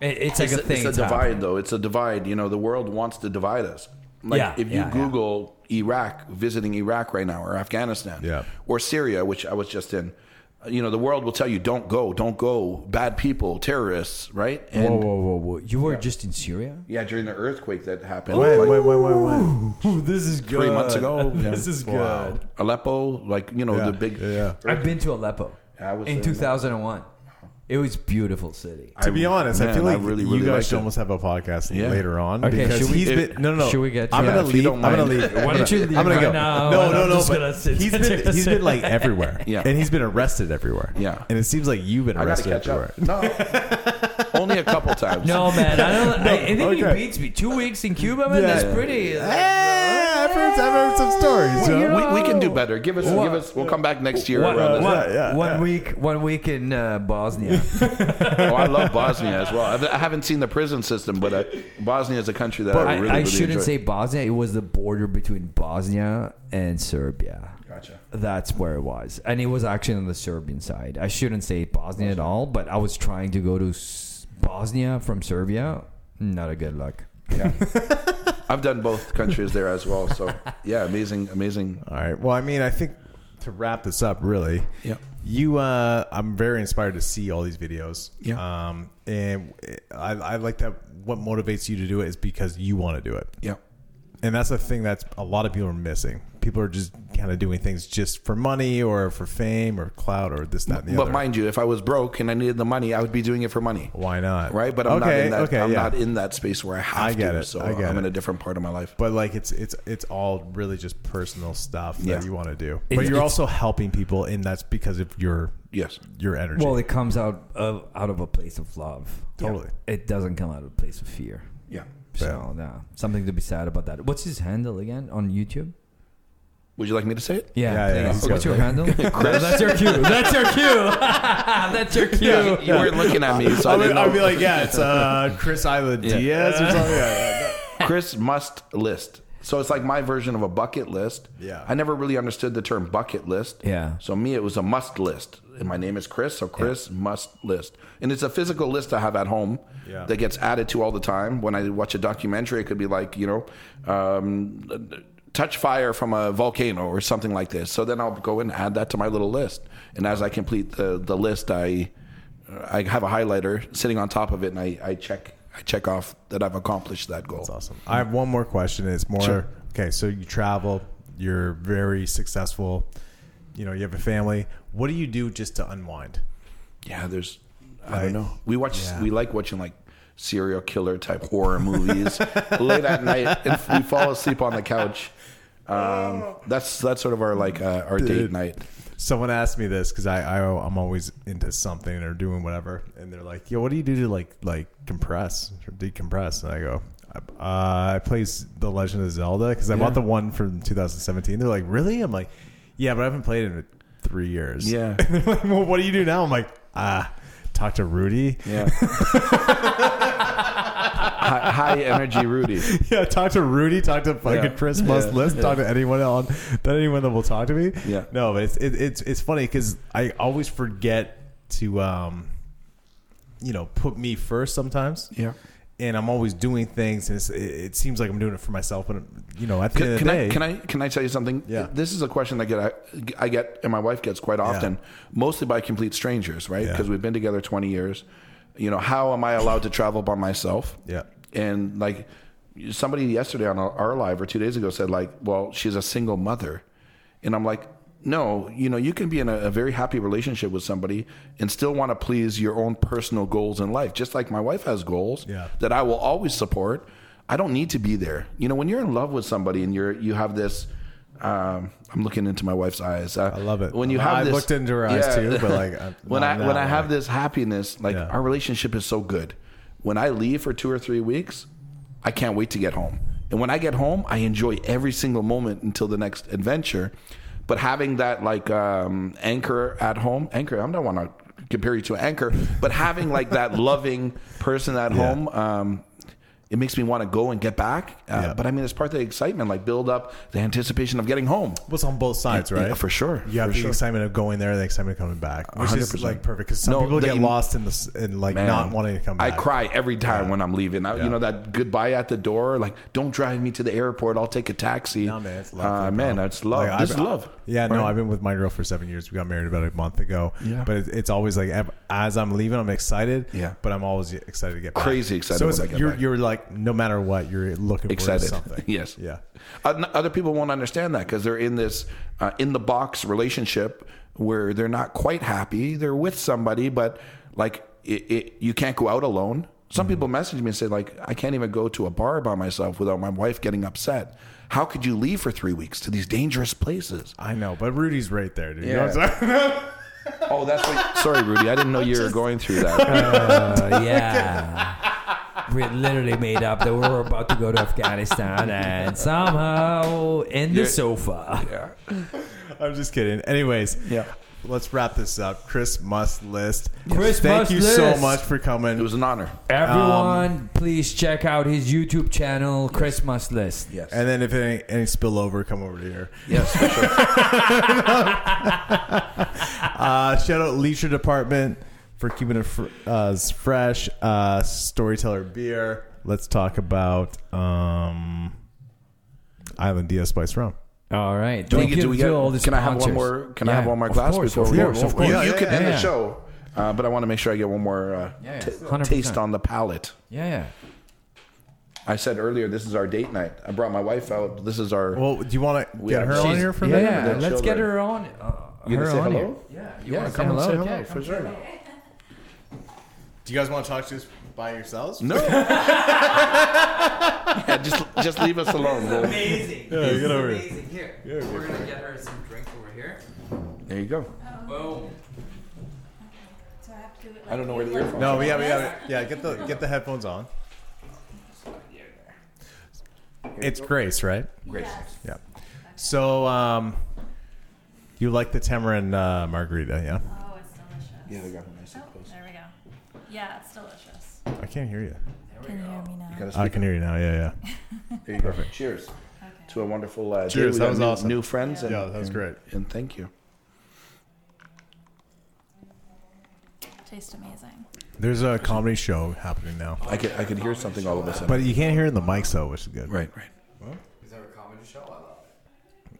S2: It, it's like
S3: it's
S2: a thing.
S3: It's a divide, though. It's a divide. You know, the world wants to divide us. Like
S2: Yeah,
S3: if you
S2: yeah, yeah.
S3: Google Iraq, visiting Iraq right now, or Afghanistan,
S1: Yeah.
S3: or Syria, which I was just in. You know, the world will tell you, "Don't go, don't go." Bad people, terrorists, right? And
S2: Whoa, whoa, whoa, whoa! You were just in Syria.
S3: yeah, during the earthquake that happened,
S1: Wait,
S3: like
S1: wait, wait, wait, wait.
S2: this is good.
S3: three months
S2: (laughs)
S3: ago,
S1: This is good.
S3: Aleppo, like you know,
S1: Yeah,
S3: the big.
S1: yeah.
S2: I've been to Aleppo
S3: I was
S2: in
S3: in-
S2: 2001. It was beautiful city.
S1: To be honest, I
S3: man,
S1: feel like
S3: really,
S1: you
S3: really
S1: guys
S3: liked
S1: should
S3: it.
S1: almost have a podcast
S3: Yeah.
S1: later on
S2: Okay,
S1: because
S2: should we-
S1: he's
S3: if-
S1: been no no no.
S2: should we get-
S1: I'm
S2: yeah,
S1: gonna
S3: if you
S1: leave.
S3: don't
S1: I'm gonna
S3: mind.
S1: leave.
S3: Why
S1: I'm
S2: don't you
S1: gonna-
S2: leave
S1: I'm gonna
S2: right
S1: go.
S2: now,
S1: no,
S2: and
S1: no,
S2: I'm
S1: no.
S2: just
S1: but
S2: gonna sit-
S1: he's been he's been like everywhere.
S3: Yeah.
S1: and he's been arrested everywhere.
S3: Yeah.
S1: and it seems like you've been
S3: I gotta
S1: arrested
S3: catch (laughs)
S1: everywhere.
S3: up.
S1: (laughs)
S3: No, only a couple times.
S2: No, man, I (laughs) don't. I, I think
S1: okay.
S2: he beats me. Two weeks in Cuba, man.
S1: Yeah.
S2: That's pretty.
S1: Hey, I've heard, I've heard some stories.
S2: Well,
S1: you
S2: you
S1: know?
S2: know-
S3: we, we can do better. Give us,
S2: What?
S3: give us. We'll come back next year.
S2: One,
S3: around this
S2: one-
S1: Yeah, yeah,
S2: one
S1: yeah.
S2: week, one week in uh, Bosnia.
S3: oh, I love Bosnia as well. I've- I haven't seen the prison system, but uh, Bosnia is a country that I
S2: I,
S3: really,
S2: I
S3: really
S2: shouldn't
S3: enjoy.
S2: say Bosnia. It was the border between Bosnia and Serbia.
S3: Gotcha.
S2: That's where it was, and it was actually on the Serbian side. I shouldn't say Bosnia at all, but I was trying to go to S- Bosnia from Serbia. Not a good luck.
S3: I've done both countries there as well. So yeah, amazing, amazing.
S1: All right. Well, I mean, I think to wrap this up, really.
S3: Yep.
S1: You, uh, I'm very inspired to see all these videos.
S3: Yeah.
S1: Um, and I, I like that. What motivates you to do it is because you want to do it,
S3: Yeah,
S1: and that's the thing that's a lot of people are missing. People are just kind of doing things just for money or for fame or clout or this, that, and the
S3: but
S1: other.
S3: mind you, if I was broke and I needed the money, I would be doing it for money,
S1: Why not?
S3: right? But I'm not
S1: Okay,
S3: in that.
S1: okay,
S3: I'm
S1: yeah.
S3: not in that space where I have
S1: I get
S3: to.
S1: it,
S3: So
S1: I get
S3: I'm in
S1: it.
S3: a different part of my life.
S1: but like it's it's it's all really just personal stuff
S3: Yeah.
S1: that you want to do.
S2: It-
S1: But you're
S2: it's-
S1: also helping people, and that's because of your
S3: Yes.
S1: your energy.
S2: (laughs) Well, it comes out of out of a place of love.
S1: Totally.
S2: It doesn't come out of a place of fear.
S3: Yeah.
S2: So no, something to be sad about that. What's his handle again on YouTube?
S3: Would you like me to say it?
S2: Yeah,
S1: Yeah, yeah,
S2: please.
S1: he's
S2: What's
S1: got
S2: your
S1: that.
S2: handle? No, that's your cue. That's your cue. (laughs) that's your cue.
S3: You, you weren't looking at me, so
S1: (laughs)
S3: I
S1: I'll be,
S3: didn't know.
S1: I'll be like, yeah, it's uh, Chris Island
S3: (laughs) Yeah.
S1: Diaz or something. Yeah, yeah,
S3: Chris must list. So it's like my version of a bucket list.
S1: Yeah.
S3: I never really understood the term bucket list.
S2: Yeah.
S3: So me, it was a must list. And my name is Chris, so Chris must list. And it's a physical list I have at home
S1: Yeah.
S3: that gets added to all the time. When I watch a documentary, it could be like, you know, um, touch fire from a volcano or something like this. So then I'll go and add that to my little list. And as I complete the, the list, I I have a highlighter sitting on top of it, and I, I check I check off that I've accomplished that goal.
S1: That's awesome. I have one more question. It's more
S3: Sure.
S1: okay. So you travel. You're very successful. You know, you have a family. What do you do just to unwind?
S3: Yeah, there's. I
S1: Like-
S3: don't know. We watch.
S1: Yeah.
S3: We like watching like serial killer type horror movies (laughs) late at night, and we fall asleep on the couch. Um, that's that's sort of our like uh, our date
S1: Dude.
S3: night.
S1: Someone asked me this because I, I I'm always into something or doing whatever, and they're like, "Yo, what do you do to like like compress or decompress?" And I go, "I, uh, I play s- The Legend of Zelda because I bought the one from 2017." They're like, "Really?" I'm like, "Yeah, but I haven't played it in three years."
S3: Yeah.
S1: And (laughs) they're like, "Well, what do you do now?" I'm like, "Ah, talk to Rudy."
S3: Yeah. (laughs) high, high
S1: (laughs)
S3: energy, Rudy.
S1: Yeah, talk to Rudy, talk to fucking
S3: Yeah.
S1: Chris Must
S3: Yeah.
S1: List, talk to anyone on that anyone that will talk to me.
S3: Yeah.
S1: no, but it's it, it's it's funny because I always forget to um, you know, put me first sometimes.
S3: Yeah.
S1: and I'm always doing things, and it's, it, it seems like I'm doing it for myself, but you know, at the
S3: Can,
S1: end
S3: can
S1: of the
S3: I
S1: day,
S3: can I can I tell you something?
S1: Yeah.
S3: This is a question I get I, I get and my wife gets quite often, mostly by complete strangers, right?
S1: Yeah.
S3: Because we've been together twenty years. You know, how am I allowed to travel by myself?
S1: Yeah.
S3: And like somebody yesterday on our, our live or two days ago said like, well, she's a single mother, and I'm like, no, you know, you can be in a, a very happy relationship with somebody and still want to please your own personal goals in life, just like my wife has goals
S1: Yeah.
S3: that I will always support. I don't need to be there. You know, when you're in love with somebody and you're you have this. Um, I'm looking into my wife's eyes. Uh,
S1: I love it.
S3: When you
S1: I
S3: have this,
S1: looked into her eyes too, but
S3: (laughs)
S1: like I'm
S3: when
S1: not
S3: I
S1: now,
S3: when I have
S1: like-
S3: this happiness, like
S1: Yeah.
S3: our relationship is so good. When I leave for two or three weeks, I can't wait to get home. And when I get home, I enjoy every single moment until the next adventure. But having that like um, anchor at home, anchor. I don't want to compare you to an anchor, but having like that loving person at home. Um, it makes me want to go and get back, uh,
S1: Yeah.
S3: but I mean, it's part of the excitement, like build up the anticipation of getting home.
S1: What's on both sides,
S3: Yeah,
S1: right?
S3: for sure,
S1: You have
S3: for
S1: the
S3: sure.
S1: excitement of going there, the excitement of coming back, which is
S3: 100%.
S1: like perfect because some
S3: No,
S1: people
S3: the
S1: get
S3: em-
S1: lost in this and like
S3: Man,
S1: not wanting to come back.
S3: I cry every time when I'm leaving. I,
S1: Yeah.
S3: You know that goodbye at the door, like don't drive me to the airport. I'll take a taxi.
S1: No, man, it's love.
S3: Uh, man, that's love.
S1: Like,
S3: this
S1: I've-
S3: is love.
S1: Yeah, no,
S3: Right?
S1: I've been with my girl for seven years. We got married about a month ago.
S3: Yeah.
S1: But it, it's always like ev- as I'm leaving, I'm excited.
S3: Yeah.
S1: But I'm always excited to get back.
S3: Crazy excited
S1: So
S3: when
S1: it's,
S3: I get
S1: you're
S3: back.
S1: you're like no matter what, you're looking
S3: excited.
S1: forward to something.
S3: (laughs) yes.
S1: Yeah.
S3: Uh, n- other people won't understand that because they're in this uh, in the box relationship where they're not quite happy. They're with somebody, but like it, it, you can't go out alone.
S1: Mm-hmm.
S3: Some people message me and say like, I can't even go to a bar by myself without my wife getting upset. How could you leave for three weeks to these dangerous places?
S1: I know, but Rudy's right there, dude. You know
S3: Yeah.
S1: what I'm saying?
S3: Oh, that's
S2: (laughs)
S3: like sorry, Rudy. I didn't know you were going through (laughs) that.
S2: Uh, yeah. We literally made up that we were about to go to Afghanistan and somehow in the
S3: You're-
S2: sofa.
S3: yeah.
S1: (laughs) I'm just kidding. Anyways,
S3: Yeah.
S1: Let's wrap this up. Chris must list.
S2: Chris
S1: thank
S2: must
S1: you so
S2: list.
S1: much for coming.
S3: It was an honor.
S2: Everyone,
S3: Um,
S2: please check out his YouTube channel, Christmas List.
S3: Yes.
S1: and then if any, any spillover, come over to here.
S3: yes, for sure.
S1: (laughs) Uh, shout out Leisure Department for keeping it fr- uh, fresh. Uh, Storyteller Beer. Let's talk about um, Island Diaz Spice Rum.
S2: All right.
S3: Do we
S2: Thank
S3: get,
S2: you
S3: do we
S2: to
S3: get,
S2: all the
S3: can I have one
S2: sponsors.
S3: more? Can I
S2: Yeah,
S3: have one more
S2: of
S3: glass
S2: course,
S3: before
S2: of
S3: we
S2: course,
S3: go?
S2: of
S3: You-
S2: course.
S3: you
S1: Yeah,
S3: can
S1: yeah,
S3: end
S2: yeah.
S3: the show, uh, but I want to make sure I get one more uh,
S2: Yeah,
S3: t-
S2: 100%.
S3: taste on the palate.
S2: Yeah, yeah.
S3: I said earlier, this is our date night. I brought my wife out. This is our.
S1: Well, do you want to
S3: We
S1: get
S3: have-
S1: her on
S3: she's-
S1: here for a
S2: Yeah,
S1: minute?
S2: yeah.
S3: the
S2: Let's get
S3: children.
S2: her on. Uh,
S3: you
S2: her
S3: gonna say
S2: on
S3: hello?
S2: here. Yeah,
S3: you want
S2: yeah,
S3: to come
S2: say
S3: and say
S2: hello?
S3: hello
S2: Yeah, (laughs)
S3: for sure.
S1: Do you guys want to talk to us by yourselves?
S2: (laughs)
S3: No. yeah, just just leave us alone. We'll-
S5: Amazing.
S1: Yeah, get over here.
S5: Here.
S1: Yeah, okay.
S5: We're gonna get her some drink over here.
S3: there you go.
S5: Boom.
S6: So I have to do it like
S3: I don't know where the earphones.
S1: No, yeah, yeah, yeah. Get the get the headphones on. It's Grace, right?
S3: Grace.
S1: Yeah. So, um, you like the tamarind uh, margarita? Yeah.
S6: Oh, it's delicious.
S3: Yeah, they got them nice
S6: Oh,
S3: and close.
S6: there we go. Yeah, it's delicious.
S1: I can't hear you.
S6: Can you hear me now?
S3: You gotta
S1: I
S3: speak
S1: can hear you now. Yeah, yeah.
S3: up. There you go. Cheers
S6: Okay.
S3: to a wonderful uh, day.
S1: Cheers,
S3: We
S1: that
S3: got
S1: was
S3: new,
S1: awesome.
S3: New friends.
S6: Yeah.
S3: And,
S1: Yeah, that was
S3: and-
S1: great.
S3: And thank you.
S6: Tastes amazing.
S1: There's a comedy show happening now,
S3: I could I could hear something all of a sudden.
S1: but you can't hear it in the mics though, which is good.
S3: right, right.
S5: Is there a comedy show? I love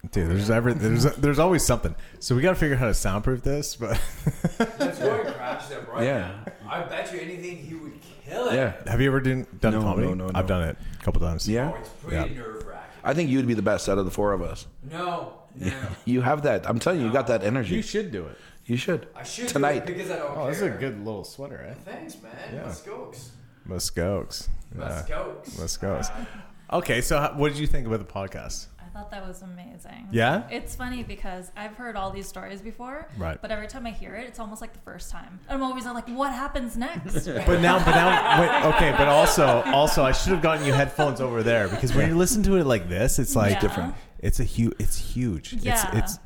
S5: it.
S1: Dude, there's every there's there's always something. So we got to figure out how to soundproof this, but. (laughs)
S5: Let's go and crash them right
S3: Yeah.
S5: now. I bet you anything he would kill it.
S3: Yeah.
S1: Have you ever done, done
S3: No,
S1: comedy?
S3: no, no,
S1: I've
S3: no.
S1: done it a couple times.
S5: Oh,
S3: Yeah.
S5: it's pretty
S1: Yeah.
S5: nerve wracking.
S3: I think you'd be the best out of the four of us.
S5: No, no.
S3: You have that. I'm telling you, you got that energy.
S1: should do it. Oh,
S3: You should.
S5: I should do it
S3: Tonight.
S5: because I don't care.
S1: good little sweater, eh?
S5: Thanks, man.
S1: Yeah. Uh,
S5: Let's go.
S1: Muskokes.
S5: Let's go.
S1: Muskokes. Okay, so how, what did you think about the podcast?
S6: I thought that was amazing.
S1: Yeah?
S6: It's funny because I've heard all these stories before.
S1: Right.
S6: But every time I hear it, it's almost like the first time. I'm always like, what
S1: (laughs)
S6: happens next?
S1: But now, but now, wait, okay. But also, also, I should have gotten you headphones over there because when you listen to it like this, it's like
S6: Yeah. Different.
S1: It's a huge. It's huge.
S6: Yeah.
S1: It's, it's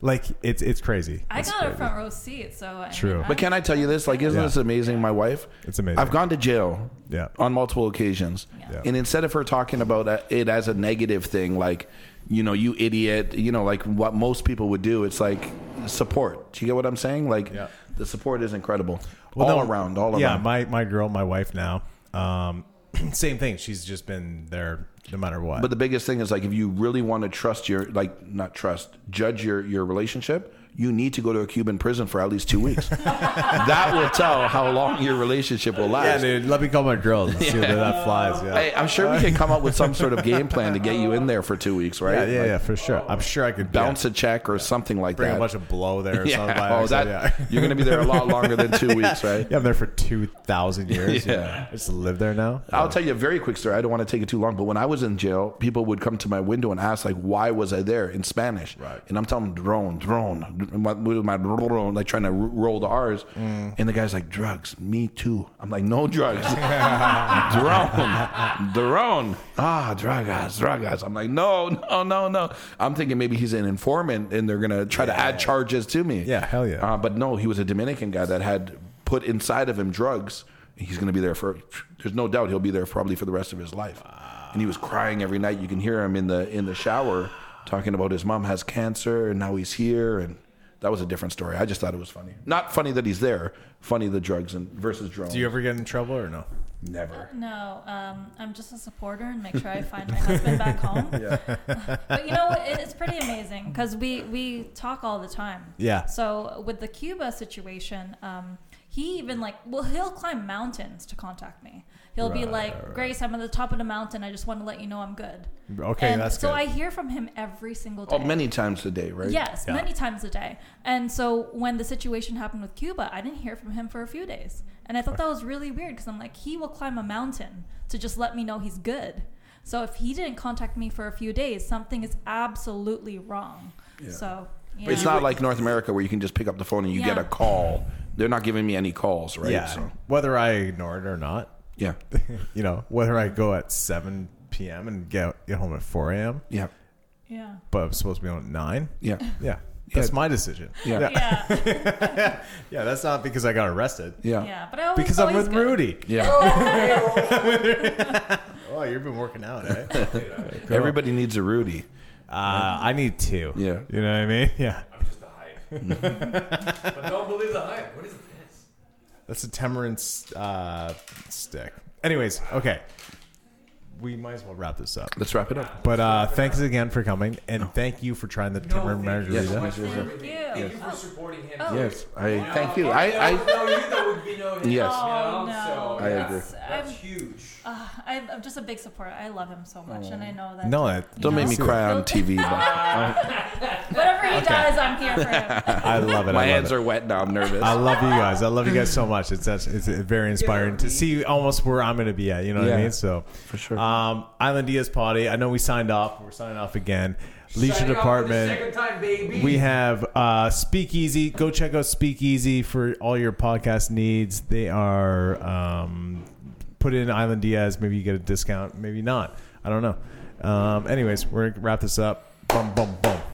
S1: like it's it's crazy.
S6: I
S1: It's
S6: got a
S1: crazy.
S6: front row seat, so I mean,
S1: True.
S6: I-
S3: But can I tell you this? Like, isn't
S1: Yeah.
S3: this amazing? My wife.
S1: It's amazing.
S3: I've gone to jail.
S1: Yeah.
S3: On multiple occasions,
S1: Yeah.
S3: and instead of her talking about uh, it as a negative thing, like, you know, you idiot, you know, like what most people would do, it's like support. Do you get what I'm saying? Like,
S1: Yeah.
S3: the support is incredible,
S1: Well,
S3: all
S1: no,
S3: around, all
S1: yeah,
S3: around.
S1: my my girl, my wife now. Um, (clears throat) same thing. She's just been there no matter what.
S3: But the biggest thing is like if you really want to trust your like not trust, judge your your relationship, you need to go to a Cuban prison for at least two
S1: (laughs)
S3: weeks. that will tell how long your relationship will last.
S1: Yeah, dude. Let me call my drills. Let's
S3: (laughs)
S1: see whether that flies. Yeah.
S3: Hey, I'm sure we can come up with some sort of game plan to get you in there for two weeks, right?
S1: yeah, yeah,
S3: Like,
S1: yeah, for sure. I'm sure I could
S3: Bounce a check or something like
S1: yeah, bring
S3: that.
S1: a bunch of blow there. Or
S3: (laughs) yeah.
S1: something by
S3: Oh, that,
S1: accident, yeah.
S3: You're going to be there a lot longer
S1: (laughs)
S3: than two weeks, right?
S1: Yeah, I'm there for two thousand years.
S3: Yeah.
S1: I just live there now.
S3: I'll tell you a very quick story. I don't want to take it too long, but when I was in jail, people would come to my window and ask, like, why was I there in Spanish?
S1: Right.
S3: And I'm telling them, drone, drone, my, with my drone, like trying to r- roll the R's.
S1: Mm.
S3: And the guy's like, drugs, me too. I'm like, no drugs. (laughs) drone, drone. Ah, drugas, drugas. I'm like, no, no, no, no. I'm thinking maybe he's an informant and they're going to try to add charges to me.
S1: Yeah, hell yeah.
S3: Uh, but no, he was a Dominican guy that had put inside of him drugs. He's going to be there for. There's no doubt he'll be there probably for the rest of his life. And he was crying every night. You can hear him in the in the shower talking about his mom has cancer and now he's here. And that was a different story. I just thought it was funny. Not funny that he's there. Funny the drugs and versus drones.
S1: Do you ever get in trouble or no?
S3: Never.
S6: No, um, I'm just a supporter and make sure I find my husband
S1: (laughs)
S6: back home. (laughs) but you know what? It- It's pretty amazing because we, we talk all the time.
S1: Yeah.
S6: So with the Cuba situation, um, he even like, well, he'll climb mountains to contact me. He'll be
S1: Right, right,
S6: like, Grace, I'm at the top of the mountain. I just want to let you know I'm good.
S1: Okay,
S6: and
S1: that's
S6: so
S1: good.
S6: I hear from him every single day.
S3: Oh, many times a day, right?
S6: Yes,
S1: Yeah.
S6: many times a day. And so when the situation happened with Cuba, I didn't hear from him for a few days. And I thought that was really weird because I'm like, he will climb a mountain to just let me know he's good. So if he didn't contact me for a few days, something is absolutely wrong. So yeah.
S3: But It's not like North America where you can just pick up the phone and you get
S6: Yeah.
S3: a call. They're not giving me any calls, right?
S1: yeah.
S3: So,
S1: Whether I ignore it or not, (laughs)
S3: yeah.
S1: you know, whether I go at seven p.m. and get get home at four a.m.,
S3: Yeah.
S6: yeah.
S1: but I'm supposed to be on at nine.
S3: Yeah.
S1: Yeah, that's
S3: Yeah.
S1: my decision.
S3: Yeah.
S1: yeah, (laughs)
S6: Yeah.
S1: Yeah, That's not because I got arrested.
S3: (laughs) Yeah.
S6: yeah. But I
S1: (laughs)
S6: always
S1: Because I'm
S6: always
S1: with
S6: good.
S1: Rudy.
S3: Yeah.
S1: Oh, you've been working out,
S3: (laughs)
S1: eh?
S3: Everybody needs a Rudy.
S1: Uh, I need two.
S3: Yeah.
S1: You know what I mean? (laughs) Yeah.
S5: I'm just a
S1: (laughs)
S5: hype. but don't believe the hype. What is this?
S1: That's a Temperance uh, stick. Anyways, okay. We might as well wrap this up.
S3: Let's wrap it up.
S1: But uh, thanks again for coming, and thank you for trying the
S5: No,
S1: Temperance
S5: thank you so
S1: margarita.
S5: much for
S6: Thank you.
S5: everything. Thank you for supporting him.
S6: Oh.
S3: Yes, I
S6: Yeah.
S3: thank you. I, I
S5: no, you there would be no him.
S3: Yes.
S5: You know,
S6: Oh, no.
S5: So
S3: I
S5: that's,
S3: agree.
S6: I'm,
S5: that's huge.
S6: ah, I'm I'm just a big supporter. I love him so much,
S3: Oh.
S6: and I know that.
S1: No, that,
S3: don't
S6: You
S3: make me
S6: know?
S3: cry on TV. but
S6: Whatever he does, I'm here for
S3: (laughs)
S6: him.
S1: I love it.
S3: my
S1: I love
S3: hands
S1: it.
S3: are wet now. I'm nervous.
S1: I love you guys. I love you guys so much. It's such, it's very inspiring to see almost where I'm going to be at. You know what I
S3: Yeah.
S1: mean? So
S3: For sure.
S1: Um, Island Diaz Potty. I know we signed off. We're signing off again. Leisure
S5: Signing off for the
S1: Department.
S5: Second time, baby.
S1: We have uh, Speakeasy. Go check out Speakeasy for all your podcast needs. They are um, put in Island Diaz. Maybe you get a discount. Maybe not. I don't know. Um, anyways, we're gonna wrap this up. Bum bum bum.